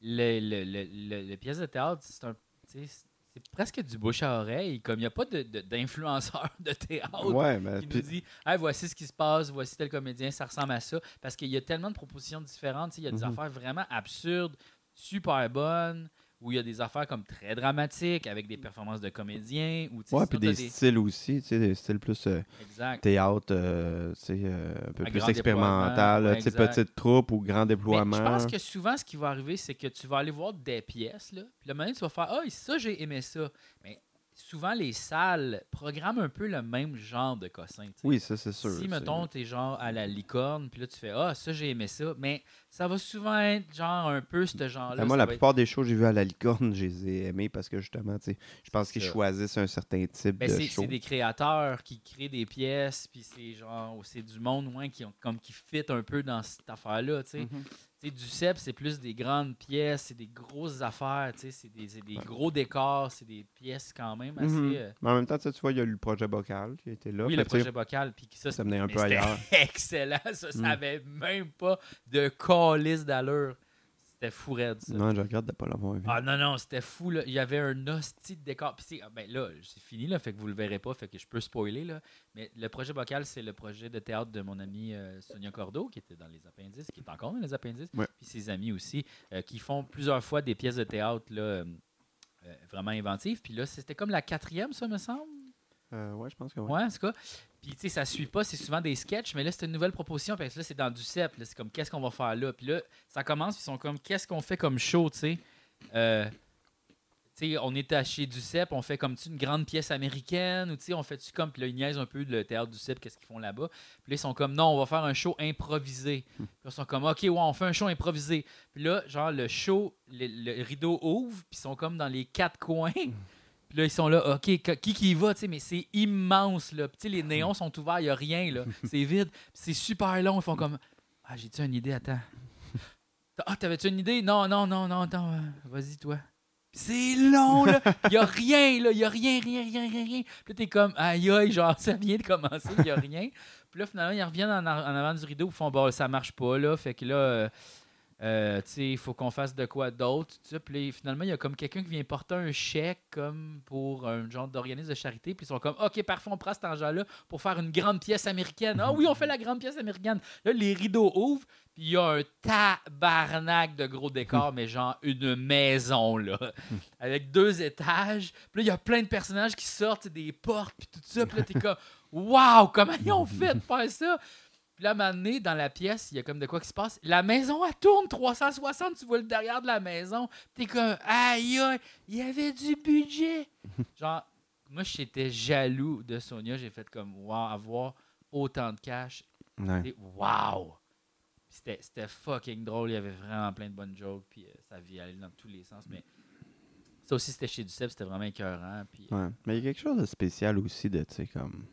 le, le, le, le- le pièce de théâtre, c'est un, tu sais, c'est presque du bouche à oreille, comme il n'y a pas de- de- d'influenceur de, théâtre
Ouais, ben,
qui
puis-
nous dit Hey, voici ce qui se passe, voici tel comédien, ça ressemble à ça. Parce qu'il y a tellement de propositions différentes. tu sais, Il y a des
Mhm.
affaires vraiment absurdes, super bonnes, ou il y a des affaires comme très dramatiques, avec des performances de comédiens. Ou, tu sais, sinon,
Ouais, puis
t'as
des, styles aussi, tu sais, des styles plus euh,
Exact.
théâtre, euh, tu sais, euh, un peu
À
plus
grand
expérimental,
déploiement, ouais,
tu sais,
exact.
petite troupe ou grand
Mais
déploiement.
je pense que souvent, ce qui va arriver, c'est que tu vas aller voir des pièces, là, puis le moment donné, tu vas faire Ah, ça, j'ai aimé ça. Mais souvent, les salles programment un peu le même genre de cossin. tu sais.
Oui, ça, c'est sûr.
Si,
c'est-
mettons, t'es genre à la licorne, puis là, tu fais Ah, ça, j'ai aimé ça, mais ça va souvent être genre un peu ce genre-là.
Ben, moi,
ça
la
va être-
plupart des shows que j'ai vues à la licorne, je les ai aimées parce que justement, tu sais, je pense qu'ils
ça.
choisissent un certain type
Ben,
de
c'est-
show.
c'est des créateurs qui créent des pièces, puis c'est genre, c'est du monde, ouais, qui, ont, comme, qui fit un peu dans cette affaire-là, tu sais.
Mhm.
Tu sais, du CEP, c'est plus des grandes pièces, c'est des grosses affaires, tu sais, c'est des, c'est des gros décors, c'est des pièces quand même assez.
Mhm.
euh,
Mais en même temps, tu sais, tu vois, il y a eu le projet bocal qui était là.
Oui,
fait
le
que, tu sais,
projet vocal, puis ça,
[laughs] ça menait un
Mais
peu
c'était
ailleurs.
excellent. Ça, ça
Mm.
avait même pas de calice d'allure. C'était fou raide, [laughs] ça.
Non, je regrette de ne pas l'avoir vu.
Ah non, non, c'était fou. Là. Il y avait un hostie de décor. Puis c'est- ah, ben là, c'est fini, là, fait que vous le verrez pas, fait que je peux spoiler. Là. Mais le projet bocal, c'est le projet de théâtre de mon ami euh, Sonia Cordeau, qui était dans les appendices, qui est encore dans les appendices,
Ouais.
puis ses amis aussi, euh, qui font plusieurs fois des pièces de théâtre là, euh, euh, vraiment inventives. Puis là, c'était comme la quatrième, ça me semble.
Euh, ouais, je pense que oui.
Ouais, en tout cas. Puis, tu sais, ça suit pas, c'est souvent des sketchs, mais là, c'est une nouvelle proposition, parce que là, c'est dans du CEP. là. C'est comme, qu'est-ce qu'on va faire là? Puis là, ça commence, puis ils sont comme, qu'est-ce qu'on fait comme show, tu sais? Euh, tu sais, on est à chez du CEP, on fait comme, tu une grande pièce américaine, ou tu sais, on fait-tu comme, puis là, ils niaisent un peu le théâtre du CEP, qu'est-ce qu'ils font là-bas. Puis là, ils sont comme, non, on va faire un show improvisé. Puis là, ils sont comme, OK, ouais, on fait un show improvisé. Puis là, genre, le show, le, le rideau ouvre, puis ils sont comme dans les quatre coins. Puis là, ils sont là, OK, qu- qui qui y va, tu sais, mais c'est immense, là. Puis tu sais, les néons sont ouverts, il n'y a rien, là. C'est vide. Puis c'est super long. Ils font comme, ah, j'ai-tu une idée, attends. Ah, t'avais-tu une idée? Non, non, non, non, attends, euh, vas-y, toi. Puis C'est long, là. Il n'y a rien, là. Il n'y a rien, rien, rien, rien, rien. Puis là, t'es comme, aïe, aïe, genre, [laughs] ça vient de commencer, il n'y a rien. Puis là, finalement, ils reviennent en, ar- en avant du rideau, ils font, bon, ça marche pas, là. Fait que là, euh, euh, tu sais, il faut qu'on fasse de quoi d'autre. tout ça. Puis là, finalement, il y a comme quelqu'un qui vient porter un chèque comme pour un genre d'organisme de charité. Puis ils sont comme, OK, parfait, on prend cet argent-là pour faire une grande pièce américaine. Ah oui, on fait la grande pièce américaine. Là, les rideaux ouvrent. Puis il y a un tabarnak de gros décors, mais genre une maison, là, avec deux étages. Puis là, il y a plein de personnages qui sortent des portes, puis tout ça. Puis là, t'es comme, waouh, comment ils ont fait de faire ça? Puis là, à un moment donné, dans la pièce, il y a comme de quoi qui se passe. La maison, elle tourne 360, tu vois le derrière de la maison. T'es comme, aïe, aïe, il y avait du budget. Genre, moi, j'étais jaloux de Sonia. J'ai fait comme, waouh, avoir autant de cash,
Ouais.
et Wow! C'était c'était fucking drôle. Il y avait vraiment plein de bonnes jokes. Puis euh, ça vie allait dans tous les sens. Mais ça aussi, c'était chez Duceppe. C'était vraiment écœurant. Puis, euh,
Ouais. Mais il y a quelque chose de spécial aussi de, tu sais, comme.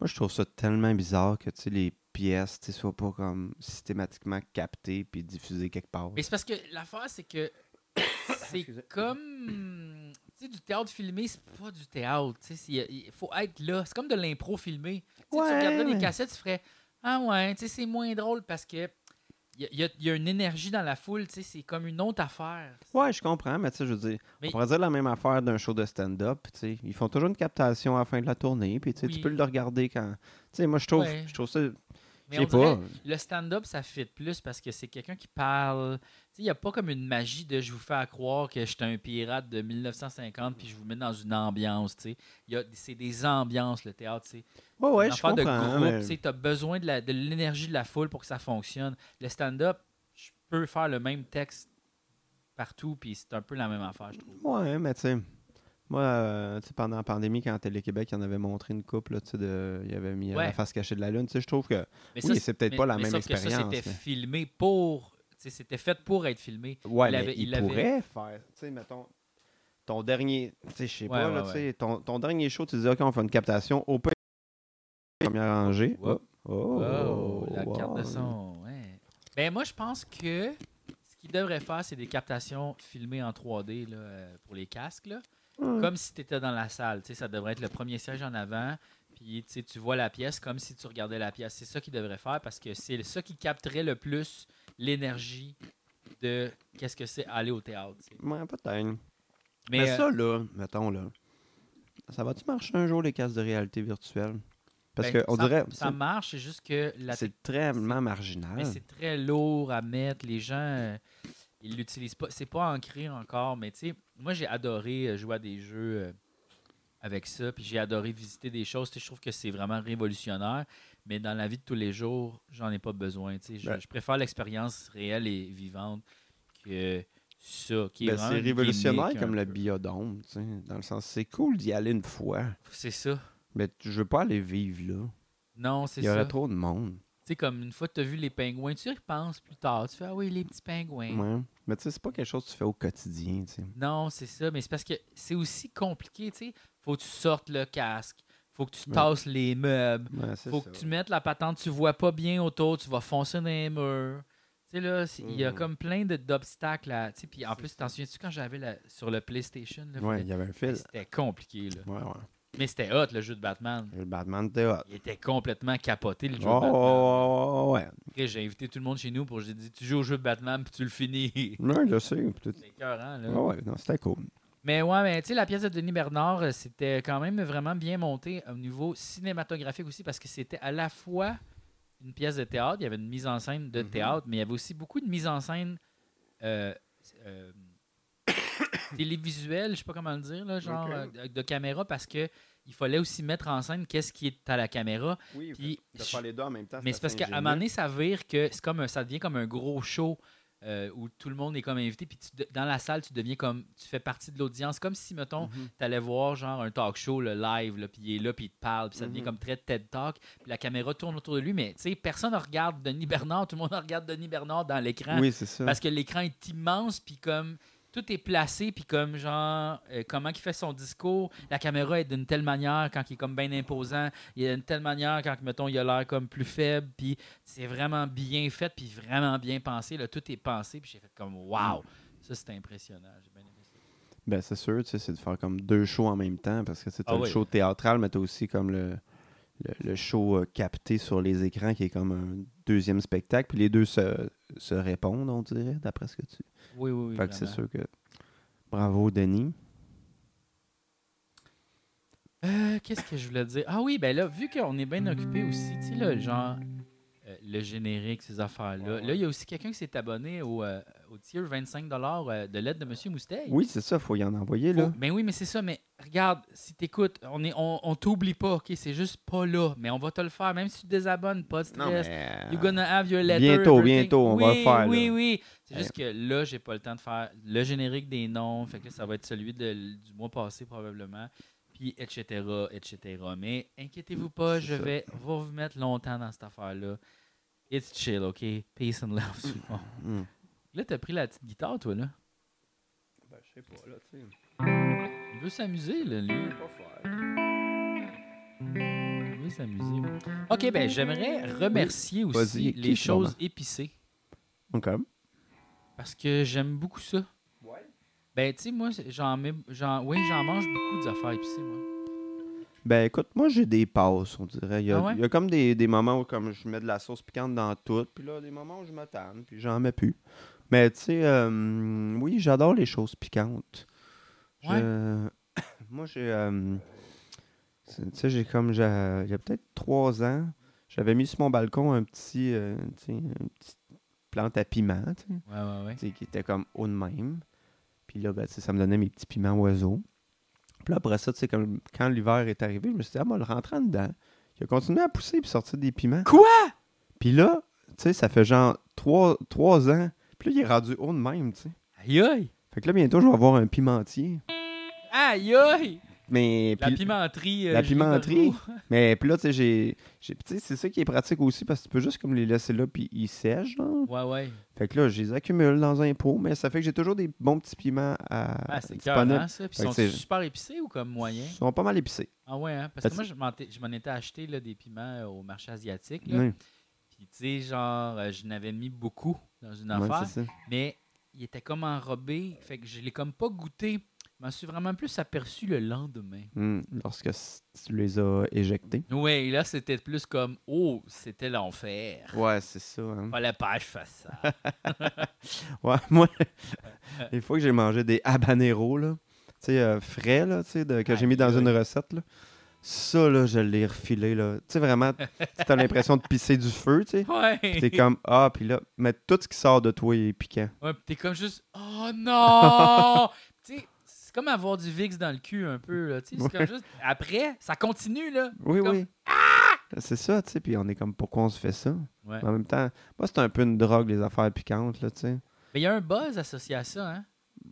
Moi, je trouve ça tellement bizarre que, tu sais, les pièces, tu sais, soient pas comme systématiquement captées puis diffusées quelque part.
Mais c'est parce que l'affaire, c'est
[coughs]
que c'est comme. Tu sais, du théâtre filmé, c'est pas du théâtre. Tu sais, c'est- il il faut être là. C'est comme de l'impro filmé. Tu sais, tu
Ouais,
regarderais des
mais-
cassettes, tu ferais Ah ouais, tu sais, c'est moins drôle parce que. Il y, a- il y a- il y a une énergie dans la foule, tu sais, c'est comme une autre affaire.
Ouais, je comprends, mais tu sais, je veux dire,
Mais-
on pourrait dire la même affaire d'un show de stand-up, tu sais. Ils font toujours une captation à la fin de la tournée, puis tu sais,
Oui.
tu peux le regarder quand. Tu sais, moi, je trouve,
Ouais.
je trouve ça.
Mais
Je
on
sais
dirait-
pas.
Le stand-up, ça fit plus parce que c'est quelqu'un qui parle. Tu sais, Il n'y a pas comme une magie de je vous fais à croire que j'étais un pirate de 1950 puis je vous mets dans une ambiance. tu sais. Il y a- C'est des ambiances, le théâtre. tu sais.
Ouais, ouais,
Une
je
affaire
comprends. mais-
de groupe, tu as besoin de la- de l'énergie de, la foule pour que ça fonctionne. Le stand-up, je peux faire le même texte partout puis c'est un peu la même affaire, je trouve.
Ouais, mais tu sais, moi, euh, tu sais, pendant la pandémie, quand Télé-Québec en avait montré une couple, là, tu sais, de- il avait mis euh,
Ouais.
la face cachée de la lune, tu sais, je trouve que.
Mais
Oui, c'est peut-être
mais-
pas la
mais
même
sauf que ça,
expérience,
C'était
mais-
filmé pour. tu sais, C'était fait pour être filmé.
Ouais,
Il
mais
avait-
il,
il avait-
pourrait faire, tu sais, mettons, ton dernier, tu sais, je sais
Ouais,
pas, là,
ouais,
tu sais, ton, ton dernier show, tu dis, OK, on fait une captation, au pire, première rangée.
Hop.
Oh,
Oh, la carte de
wow.
son, ouais. Ben moi, je pense que ce qu'ils devraient faire, c'est des captations filmées en 3D là, euh, pour les casques, là.
Hmm.
comme si tu étais dans la salle. Tu sais, ça devrait être le premier siège en avant, puis tu sais, tu vois la pièce comme si tu regardais la pièce. C'est ça qu'ils devraient faire parce que c'est ça qui capterait le plus l'énergie de qu'est-ce que c'est aller au théâtre. tu sais.
Ouais, peut-être.
Mais,
Mais,
euh,
ça, là, mettons, là, ça va-tu marcher un jour, les cases de réalité virtuelle? Parce
ben,
que qu'on
ça-
dirait,
ça marche, c'est juste que la
c'est tellement
Mais
marginal.
c'est très lourd à mettre. Les gens, euh, ils l'utilisent pas. C'est pas ancré encore, mais tu sais, moi j'ai adoré euh, jouer à des jeux euh, avec ça, puis j'ai adoré visiter des choses. Tu sais, Je trouve que c'est vraiment révolutionnaire, mais dans la vie de tous les jours, j'en ai pas besoin. tu sais. Je,
Ben.
je préfère l'expérience réelle et vivante que ça. qui est
Ben,
vraiment
c'est
une
révolutionnaire
gimmick,
comme
un
le
peu.
biodôme, tu sais, dans le sens, c'est cool d'y aller une fois,
C'est ça.
mais tu- je veux pas aller vivre là.
Non, c'est
Il y aurait
ça.
trop de monde.
Tu sais, comme une fois que tu as vu les pingouins, tu y repenses plus tard. Tu fais Ah oui, les petits pingouins.
Ouais. Mais tu sais, c'est pas quelque chose que tu fais au quotidien, tu sais.
Non, c'est ça, mais c'est parce que c'est aussi compliqué, tu sais. Faut que tu sortes le casque, faut que tu
Ouais.
tasses les meubles,
Ouais, c'est
faut
ça.
que tu mettes la patente, tu vois pas bien autour, tu vas foncer dans les murs. Tu sais, là, c'est- il y a
Mhm.
comme plein de- d'obstacles à. Tu sais, puis en
C'est
plus, t'en souviens-tu quand j'avais la- sur le PlayStation, là,
Ouais,
fallait-
il y avait un fil.
c'était compliqué, là.
Ouais, ouais.
Mais c'était hot, le jeu de Batman.
Le Batman était hot.
Il était complètement capoté, le jeu
Oh,
de Batman.
oh, oh, ouais.
Après, j'ai invité tout le monde chez nous pour j'ai dit tu joues au jeu de Batman puis tu le finis. [laughs]
Ouais, je sais. peut-être.
C'est écœurant, là.
Ah ouais, non, c'était cool.
Mais ouais, mais tu sais, la pièce de Denis Bernard, euh, c'était quand même vraiment bien monté au niveau cinématographique aussi, parce que c'était à la fois une pièce de théâtre, il y avait une mise en scène de
Mhm.
théâtre, mais il y avait aussi beaucoup de mise en scène euh, euh, [coughs] télévisuelle, je sais pas comment le dire, là, genre
Ok.
euh, de, de caméra, parce que il fallait aussi mettre en scène qu'est-ce qui est à la caméra.
Oui,
Puis,
de faire les deux en même temps.
Mais c'est parce qu'à un moment donné, ça vire que c'est comme un- ça devient comme un gros show euh, où tout le monde est comme invité, puis tu de- dans la salle, tu deviens comme tu fais partie de l'audience, comme si mettons
Mhm.
t'allais voir genre un talk show le live là, puis il est là puis il te parle, puis ça devient
Mhm.
comme très TED Talk, puis la caméra tourne autour de lui mais tu sais personne ne regarde Denis Bernard, tout le monde [laughs] regarde Denis Bernard dans l'écran
Oui, hein. c'est ça.
hein, parce que l'écran est immense puis comme tout est placé puis comme genre euh, comment il fait son discours, la caméra est d'une telle manière quand il est comme bien imposant, il est d'une telle manière quand mettons il a l'air comme plus faible puis c'est vraiment bien fait puis vraiment bien pensé là, tout est pensé puis j'ai fait comme waouh, ça c'était impressionnant, j'ai bien aimé ça.
Ben, c'est sûr, tu sais, c'est de faire comme deux shows en même temps parce que c'est
Ah
un
oui.
show théâtral, mais t'as aussi comme le, le, le show euh, capté sur les écrans qui est comme un deuxième spectacle. Puis les deux se, se répondent, on dirait, d'après ce que tu.
Oui oui oui.
fait que c'est
vraiment.
sûr que. Bravo, Denis.
Euh, Qu'est-ce que je voulais dire? Ah oui, ben là, vu qu'on est bien occupé aussi, tu sais, là, genre, euh, le générique, ces affaires-là. Là, il y a aussi quelqu'un qui s'est abonné au, euh, au tier 25 euh, de l'aide de Monsieur Moustay.
Oui, c'est ça, faut y en envoyer, là.
Ben oui, mais c'est ça, mais regarde, si t'écoutes, on est on, on t'oublie pas, ok? C'est juste pas là, mais on va te le faire, même si tu te désabonnes, pas de stress.
mais.
You're gonna have your letter.
Bientôt,
everything.
bientôt, on
oui,
va le faire,
Oui,
là.
oui, C'est juste que là, j'ai pas le temps de faire le générique des noms. Fait que là, ça va être celui de- du mois passé probablement. Puis, etc., etc. Mais inquiétez-vous pas,
C'est
je
ça.
vais va vous mettre longtemps dans cette affaire-là. It's chill, OK? Peace and love. tout le monde.
Hmm.
Là, t'as pris la petite guitare, toi, là.
Ben, je sais pas, là, tu sais.
Il veut s'amuser, là, lui. Il veut s'amuser. OK, ben j'aimerais remercier aussi
Vas-y, qui
les
ce moment?
choses épicées.
OK.
Parce que j'aime beaucoup ça.
Ouais.
Ben, tu sais, moi, c'est- j'en mets. J'en, oui, j'en mange beaucoup des affaires épicées, moi.
Ben écoute, moi j'ai des passes, on dirait. Il y a,
Ah ouais?
il y a comme des, des moments où comme je mets de la sauce piquante dans tout, puis là, des moments où je me tanne, puis j'en mets plus. Mais tu sais, euh, oui, j'adore les choses piquantes. Je- Euh, [coughs] moi j'ai. euh, c'est- tu sais, j'ai comme. j'a- Il y a peut-être trois ans, j'avais mis sur mon balcon un petit. euh, tu sais, une petite plante à piment, tu sais,
Ouais, ouais, ouais.
tu sais, qui était comme haut de même. Puis là, ben, tu sais, ça me donnait mes petits piments oiseaux. Puis là, après ça, tu sais, comme quand l'hiver est arrivé, je me suis dit, ah, moi, le rentrant dedans, il a continué à pousser puis sortir des piments.
Quoi?
Puis là, tu sais, ça fait genre trois, trois ans. Puis là, il est rendu haut de même, tu sais.
Aïe aïe!
Fait que là, bientôt, je vais avoir un pimentier.
Aïe aïe!
Mais,
La
puis-
pimenterie. euh,
la
Julie Bernot.
pimenterie. mais puis là, tu sais, j'ai- j'ai- tu sais, c'est ça qui est pratique aussi parce que tu peux juste comme les laisser là puis ils sèchent, genre.
Ouais, ouais.
Fait que là, je les accumule dans un pot, mais ça fait que j'ai toujours des bons petits piments à
Ah, c'est hein?
disponibles.
carrément ça. Puis
Fait que
sont
c'est-
super épicés ou comme moyen?
Ils sont pas mal épicés.
Ah, ouais, hein? Parce
Ben,
que moi, je m'en t'ai- je m'en étais acheté là, des piments euh, au marché asiatique. Là.
Oui,
Puis, tu sais, genre, euh, je n'avais mis beaucoup dans une
ouais,
affaire.
c'est ça.
mais il était comme enrobé. Fait que je l'ai comme pas goûté. Je m'en suis vraiment plus aperçu le lendemain.
Mm, Lorsque c- tu les as éjectés.
Oui, là, c'était plus comme Oh, c'était l'enfer.
Ouais, c'est ça. hein.
Fallait pas que je fasse ça.
Ouais, [laughs] moi, les fois que j'ai mangé des habaneros, là, tu sais, euh, frais, là, tu sais, de- que j'ai mis dans
Aïe,
une recette, là, ça, là, je l'ai refilé, là. Tu sais, vraiment, tu as l'impression de pisser du feu, tu sais. Puis T'es
[laughs] Ouais.
comme, ah, puis là, mais tout ce qui sort de toi est piquant.
Ouais, pis t'es comme juste Oh non!
[laughs]
tu sais, c'est comme avoir du VIX dans le cul un peu. Là. Tu sais, C'est comme juste après, ça continue là.
Oui,
Comme-
oui. C'est ça, tu sais, puis on est comme, pourquoi on se fait ça?
Ouais.
Mais En même temps, moi, c'est un peu une drogue, les affaires piquantes, là, tu sais. Ah
Mais il y a un buzz associé à ça, hein?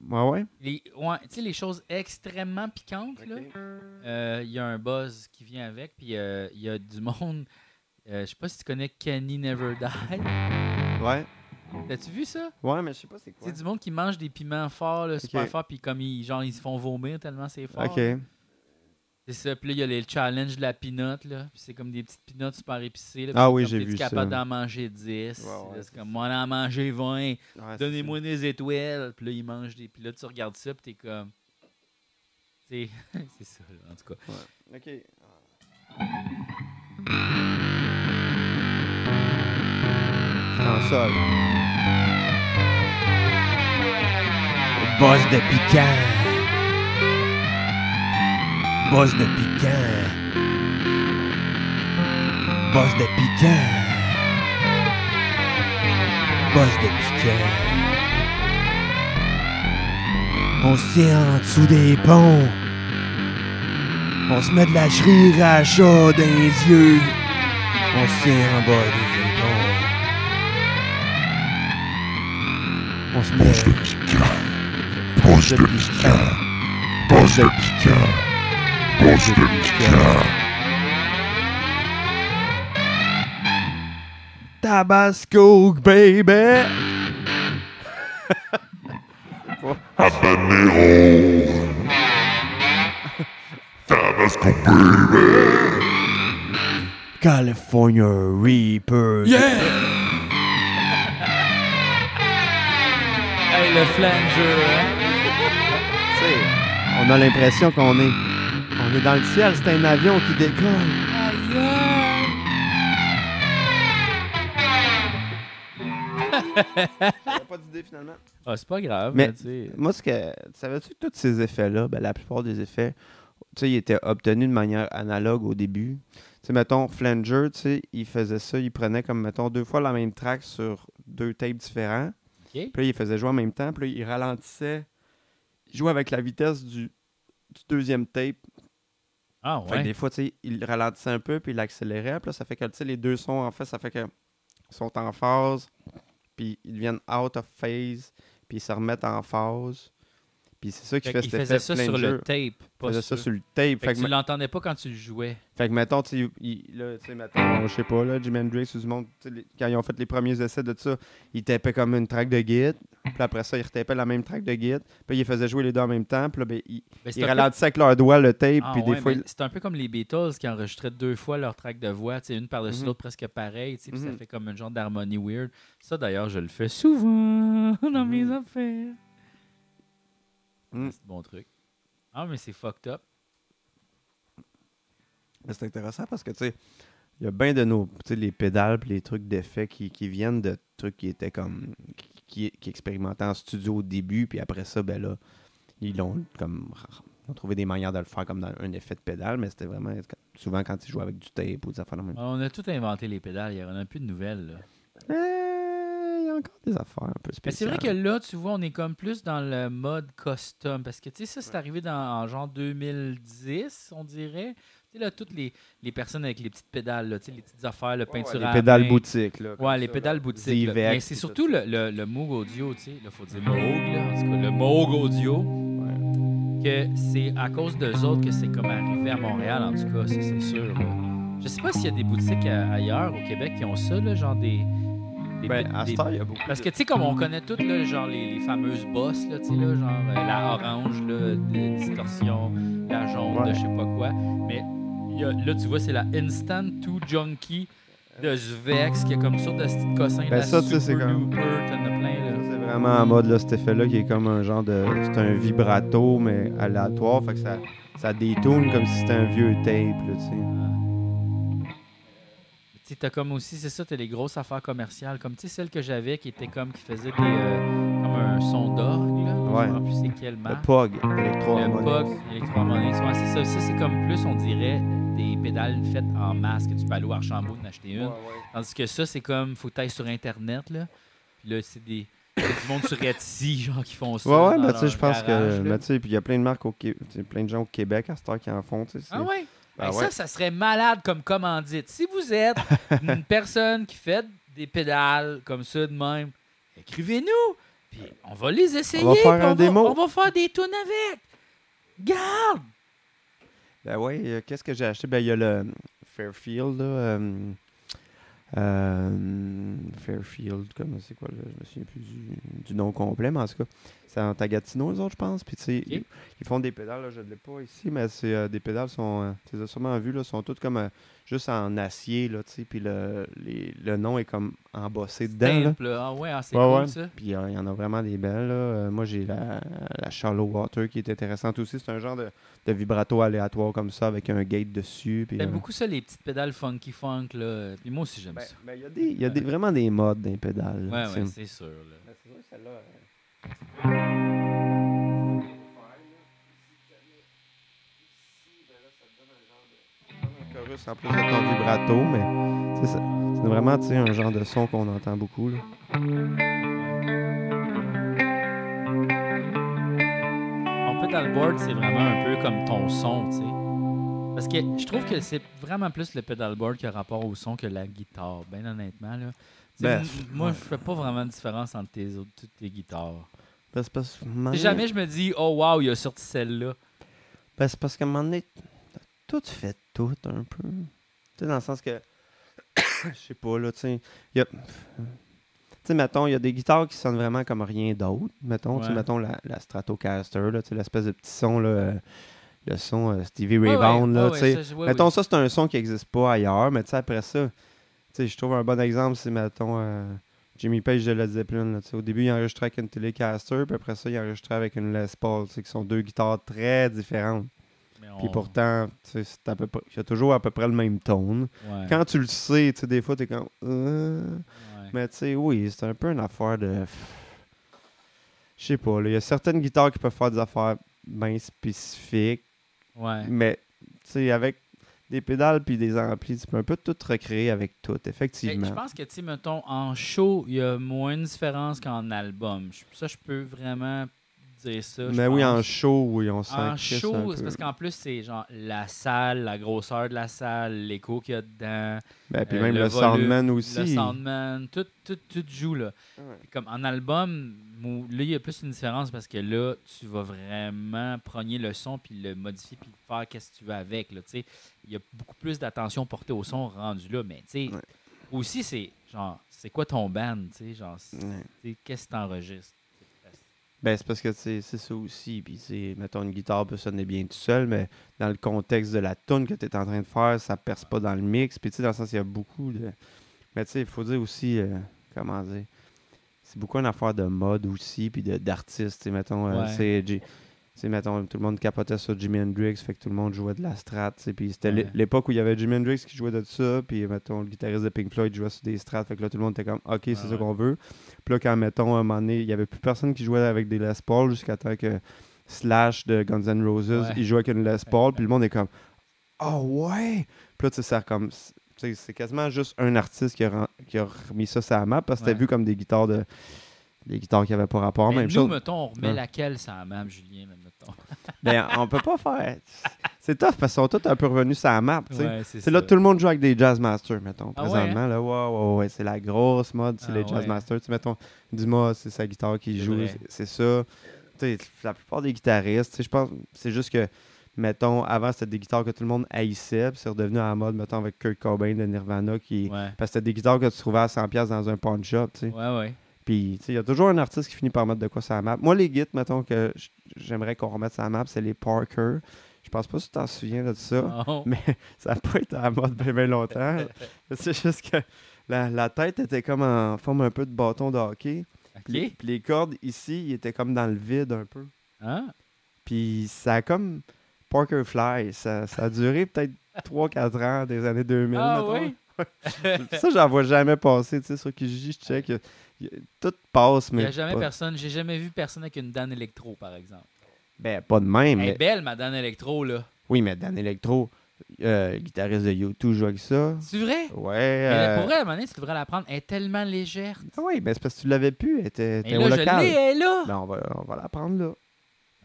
Ouais, ouais.
Les, ouais, tu sais, les choses extrêmement piquantes, là. Euh, il y a un buzz qui vient avec, puis euh, il y a du monde. euh, je sais pas si tu connais Kenny Never Die.
Ouais,
T'as-tu vu ça?
ouais, mais je sais pas c'est quoi.
C'est du monde qui mange des piments forts, là, super
Ok.
forts, puis comme ils, genre, ils se font vomir tellement c'est fort.
Ok.
C'est ça. Puis là, il y a les challenges de la pinotte, là. Puis c'est comme des petites pinottes super épicées. Là,
Ah
puis
oui,
comme
j'ai
t'es-tu
vu ça.
capable d'en manger 10.
ouais,
Là,
c'est
c'est comme, moi, on en manger 20.
Ouais, c'est
Donnez-moi des étoiles. Puis là, ils mangent des. Puis là, tu regardes ça, puis t'es comme. C'est [laughs] c'est ça, là, en tout cas.
OK. C'est en sol.
Boss de piquant. Boss de piquant. Boss de piquant. Boss de piquant. On se tient en dessous des ponts. On se met de la sriracha dans les yeux. On se tient en bas des ponts. On se met...
Boss de piquant. Boss de piquant. Boss de piquant.
Tabasco, baby!
Habanero. Tabasco baby.
California Reaper.
Hey, le flanger, hein?
T'sais, on a l'impression qu'on est... On est dans le ciel, c'est un avion qui décolle. [laughs] J'avais pas d'idée, finalement.
Ah, c'est pas grave,
Mais-
mais tu sais.
Moi, ce que. Savais-tu que tous ces effets-là, ben, la plupart des effets, tu sais, ils étaient obtenus de manière analogue au début. Tu sais, mettons, Flanger, tu sais, il faisait ça, il prenait comme, mettons, deux fois la même track sur deux tapes différents.
Ok.
Puis là, il faisait jouer en même temps, puis là, il ralentissait, il jouait avec la vitesse du, du deuxième tape.
Ah,
Fait que
ouais.
des fois, tu sais, il ralentissait un peu, puis il accélérait. Puis là, ça fait que, tu sais, les deux sons, en fait, ça fait que sont en phase, puis ils deviennent out of phase, puis ils se remettent en phase. Puis c'est ça qui
Fait
fait
qu'il
cet
faisait
effet
ça
flanger.
sur le tape,
Il
pas
faisait
sur...
ça sur le tape.
Fait que
Fait que,
tu l'entendais pas quand tu le jouais.
fait que, mettons, tu sais, il- là, tu sais, mettons, je sais pas, là, Jim Hendrix ou du monde, tu sais, les- quand ils ont fait les premiers essais de ça, ils tapaient comme une track de git, puis après ça, ils retapaient la même track de git, puis ils faisaient jouer les deux en même temps, puis là, ben, ils,
Ben, c'est
ils
un peu-
ralentissaient avec leurs doigts le tape,
Ah
puis
ouais,
des fois,
mais C'est un peu comme les Beatles qui enregistraient deux fois leur track de voix, tu sais, une par-dessus
Mhm.
l'autre presque pareil, tu sais, puis ça
Mhm.
fait comme un genre d'harmonie weird. Ça, d'ailleurs, je le fais souvent [laughs] dans mes
Mhm.
affaires.
Mhm.
C'est un bon truc. Ah, mais c'est fucked up.
Mais c'est intéressant parce que, tu sais, il y a bien de nos, tu sais, les pédales puis les trucs d'effet qui, qui viennent de trucs qui étaient comme, qui, qui expérimentaient en studio au début, puis après ça, ben là, ils l'ont comme, ils ont trouvé des manières de le faire comme dans un effet de pédale, mais c'était vraiment souvent quand ils jouaient avec du tape ou des affaires de même.
On a tout inventé les pédales, il y en a plus de nouvelles. là.
Euh, Il y a encore des affaires un peu
Mais c'est
spéciales.
vrai que là, tu vois, on est comme plus dans le mode custom. Parce que, tu sais, ça, c'est arrivé dans, en genre 2010, on dirait. Tu sais, là, toutes les, les personnes avec les petites pédales, là, tu sais, les petites affaires, le peinture à
les
la
pédales
main.
boutiques, là. comme
Ouais, les
ça,
pédales
là.
boutiques. là.
Zivec,
Mais c'est
puis
surtout
tout ça.
le, le, le Moog Audio, tu sais. Là, faut dire Moog, là. En tout cas, le Moog Audio. Que c'est à cause d'eux autres que c'est comme arrivé à Montréal, en tout cas, ça, c'est sûr. là. Je sais pas s'il y a des boutiques à- ailleurs au Québec qui ont ça, là, genre des. des
Ben,
pét-
à
des-
cette heure, il y a beaucoup
Parce
de-
que, tu sais, comme on connaît toutes, là, genre les, les fameuses bosses, là, tu sais, là, genre euh, la orange, là, de distorsion, la jaune,
Ouais.
de je sais pas quoi. Mais il y a- là, tu vois, c'est la Instant 2 Junkie de Zvex qui est comme sorte de ce petit cossin.
Ben
la
ça, tu sais, c'est
Super
comme-
Duper, t'en as plein, là.
C'est vraiment en mode là, cet effet-là qui est comme un genre de. C'est un vibrato, mais aléatoire. Fait que ça, ça détourne comme si c'était un vieux tape, là, tu sais.
Tu sais, t'as comme aussi, c'est ça, t'as les grosses affaires commerciales. Comme, tu sais, celle que j'avais qui était comme, qui faisait des. euh, comme un son d'orgue, là.
Ouais.
Je me rappelle plus c'est quelle
Le
marque.
POG, électro
Bah. Le POC, électroharmonique, ouais, c'est ça. Ça, c'est comme plus, on dirait, des pédales faites en masse que tu peux aller au Archambault en acheter une. Tandis que ça, c'est comme, faut que ailles sur Internet, là. Puis là, c'est des. c'est du monde sur Etsy, [laughs] genre, qui font ça.
Ouais, ouais,
dans
ben, tu sais,
leur
je pense
garage,
que.
là.
Ben, tu sais, puis il y a plein de marques au Québec, plein de gens au Québec à cette heure qui en font, tu sais. c'est-
Ah ouais?
Ben
Hey,
ouais.
Ça, ça serait malade comme commandite. Si vous êtes
[laughs]
une personne qui fait des pédales comme ça de même, écrivez-nous, puis on va les essayer.
On va faire
puis
un démo.
On va faire des tunes avec. Garde!
Ben ouais, euh, qu'est-ce que j'ai acheté? Ben, il y a le Fairfield, là. hum, euh, euh, Fairfield, comment c'est quoi, là? Je me souviens plus du, du nom complet, mais en tout cas, C'est en Tagatino, eux autres, je pense. Puis, tu sais,
Ok.
ils, ils font des pédales, là, je ne l'ai pas ici, mais c'est euh, des pédales, sont, euh, tu les as sûrement vues, là, sont toutes comme euh, juste en acier, là, tu sais, puis le, les- le nom est comme embossé dedans, là.
Temple, là. Ah ouais, ah, c'est
Ouais,
cool
ouais.
ça.
Puis euh, il y en a vraiment des belles. là. Euh, moi, j'ai la, la Shallow Water qui est intéressante aussi. C'est un genre de, de vibrato aléatoire comme ça avec un gate dessus. puis,
J'aime
euh,
beaucoup ça, les petites pédales funky funk, là. Puis moi aussi, j'aime
ben,
ça.
ben, il y a, des, il y a des- vraiment des modes d'un pédale.
Ouais, ouais, Ben, c'est sûr, là. euh,
chorus en plus de ton vibrato, mais tu sais, ça- c'est vraiment tu sais, un genre de son qu'on entend beaucoup. là.
Mon pedalboard, c'est vraiment un peu comme ton son, tu sais. Parce que je trouve que c'est vraiment plus le pedalboard qui a rapport au son que la guitare, ben honnêtement, là. Tu sais,
Ben,
m- moi, je fais pas vraiment de différence entre tes autres, toutes tes guitares.
Ben, c'est parce,
Tu sais, Jamais je me dis, oh wow, il a sorti celle-là.
Ben, c'est parce qu'à un moment donné, t'as tout fait tout un peu. Tu sais, dans le sens que. [coughs] Je sais pas, là, tu sais. y a- Tu sais, mettons, il y a des guitares qui sonnent vraiment comme rien d'autre. Mettons, tu sais,
Ouais.
mettons la, la Stratocaster, là, tu sais, l'espèce de petit son, là, euh, le son euh, Stevie
Ouais,
Ray Vaughan,
ouais,
là,
ouais,
tu sais.
ça, je- ouais,
mettons,
oui.
ça, c'est un son qui n'existe pas ailleurs, mais tu sais, après ça, tu sais, je trouve un bon exemple, c'est, mettons, euh, Jimmy Page de Led Zeppelin. là, tu sais. au début, il enregistrait avec une Telecaster, puis après ça, il enregistrait avec une Les Paul, tu sais, qui sont deux guitares très différentes.
Mais
Puis
on-
pourtant, tu sais, c'est à peu près- il y a toujours à peu près le même tone.
ouais,
Quand tu le sais, tu sais, des fois, t'es comme. Euh,
ouais.
Mais tu sais, oui, c'est un peu une affaire de. Je sais pas, là. Il y a certaines guitares qui peuvent faire des affaires bien spécifiques.
Ouais.
Mais, tu sais, avec des pédales puis des amplis, tu peux un peu tout recréer avec tout,
Mais Ben, je
effectivement.
pense que, tu sais, mettons, en show, il y a moins de différence qu'en album. Je- Ça, je peux vraiment dire ça. je
Mais Ben oui, en
pense.
show, oui, on sent
En show, c'est
c'est
parce qu'en plus, c'est genre la salle, la grosseur de la salle, l'écho qu'il y a dedans,
Ben, puis
euh,
même
le
le,
volume,
soundman aussi.
le soundman, tout, tout, tout joue là. Puis Comme en album, mou- là, il y a plus une différence parce que là, tu vas vraiment progner le son puis le modifier puis faire qu'est-ce que tu veux avec. Là, tu sais. il y a beaucoup plus d'attention portée au son rendu là, mais tu sais,
Ouais.
aussi, c'est genre, c'est quoi ton band, tu sais, genre, c'est-
Ouais.
tu sais, qu'est-ce que t'enregistres?
Ben, c'est parce que tu sais, c'est ça aussi. Puis, tu sais, mettons, une guitare peut sonner bien tout seul, mais dans le contexte de la tune que tu es en train de faire, ça perce pas dans le mix. Puis, tu sais, dans le sens, il y a beaucoup de. Mais, tu sais, il faut dire aussi, euh, comment dire, c'est beaucoup une affaire de mode aussi, puis de- d'artiste. Tu sais, mettons, euh,
Ouais.
c'est. J- tu sais, mettons, tout le monde capotait sur Jimi Hendrix, fait que tout le monde jouait de la strat. tu sais, Puis c'était l'é-
Ouais.
l'époque où il y avait Jimi Hendrix qui jouait de ça, puis mettons, le guitariste de Pink Floyd jouait sur des strats. Fait que là, tout le monde était comme, OK, c'est
Ah Ouais,
ça
ouais.
qu'on veut. Puis là, quand, mettons, à un moment donné, il n'y avait plus personne qui jouait avec des Les Paul jusqu'à temps que Slash de Guns N' Roses,
Ouais.
il jouait avec une Les Paul, puis le monde est comme Oh ouais! Puis là, tu sais, ça a comme. tu sais, C'est quasiment juste un artiste qui a, ren- qui a remis ça sur la map parce que c'était
Ouais.
vu comme des guitares de. Des guitares qui n'avaient pas rapport,
mais
même
nous,
chose.
mettons, on remet
Ouais.
laquelle ça même, Julien, là, mettons.
Mais Ben, on peut pas faire. C'est tough parce qu'ils sont tous un peu revenus sur la map. tu sais.
Ouais,
C'est là
ça.
tout le monde joue avec des Jazz Masters, mettons.
Ah ouais,
Présentement, là, ouais, ouais, ouais, c'est la grosse mode, c'est
Ah
les Jazz
ouais.
Masters. Tu sais, mettons, Dumas, c'est sa guitare qui
C'est
joue,
vrai.
c'est- c'est ça. Tu sais, la plupart des guitaristes, tu sais, je pense, c'est juste que, mettons, avant, c'était des guitares que tout le monde haïssait, puis c'est redevenu à la mode, mettons, avec Kurt Cobain de Nirvana, qui...
Ouais,
Parce que c'était des guitares que tu trouvais à 100$ dans un pawn shop, tu sais.
ouais, ouais.
Puis, tu sais, il y a toujours un artiste qui finit par mettre de quoi sur la map. Moi, les guides, mettons, que j- j'aimerais qu'on remette sur la map, c'est les Parker. Je pense pas si tu t'en souviens de ça.
Non.
[laughs] Mais ça n'a pas été à la mode
[laughs]
bien, longtemps. C'est juste que la, la tête était comme en forme un peu de bâton de hockey. Puis,
OK.
puis les cordes ici, ils étaient comme dans le vide un peu.
Hein?
Puis ça a comme Parker Fly. Ça, ça a duré peut-être 3-4 ans des années 2000.
Ah
mettons.
oui?
Ça, j'en vois jamais passer. Tu sais, sur Kijiji, je check. euh, y- Tout passe,
Il
mais.
y a jamais
pas,
personne, j'ai jamais vu personne avec une Dan électro, par exemple.
ben, pas de même.
Elle est
mais-
belle, ma Dan électro, là.
Oui, mais Dan Electro, euh, guitariste de YouTube, joue avec ça.
C'est vrai?
Ouais.
Mais
euh,
pour vrai, à un moment donné, tu devrais la prendre. Elle est tellement légère.
Ah oui, mais c'est parce que tu l'avais pu, elle était,
Mais là,
était au
je
local.
l'ai, elle est là.
Ben, on va, on va la prendre là.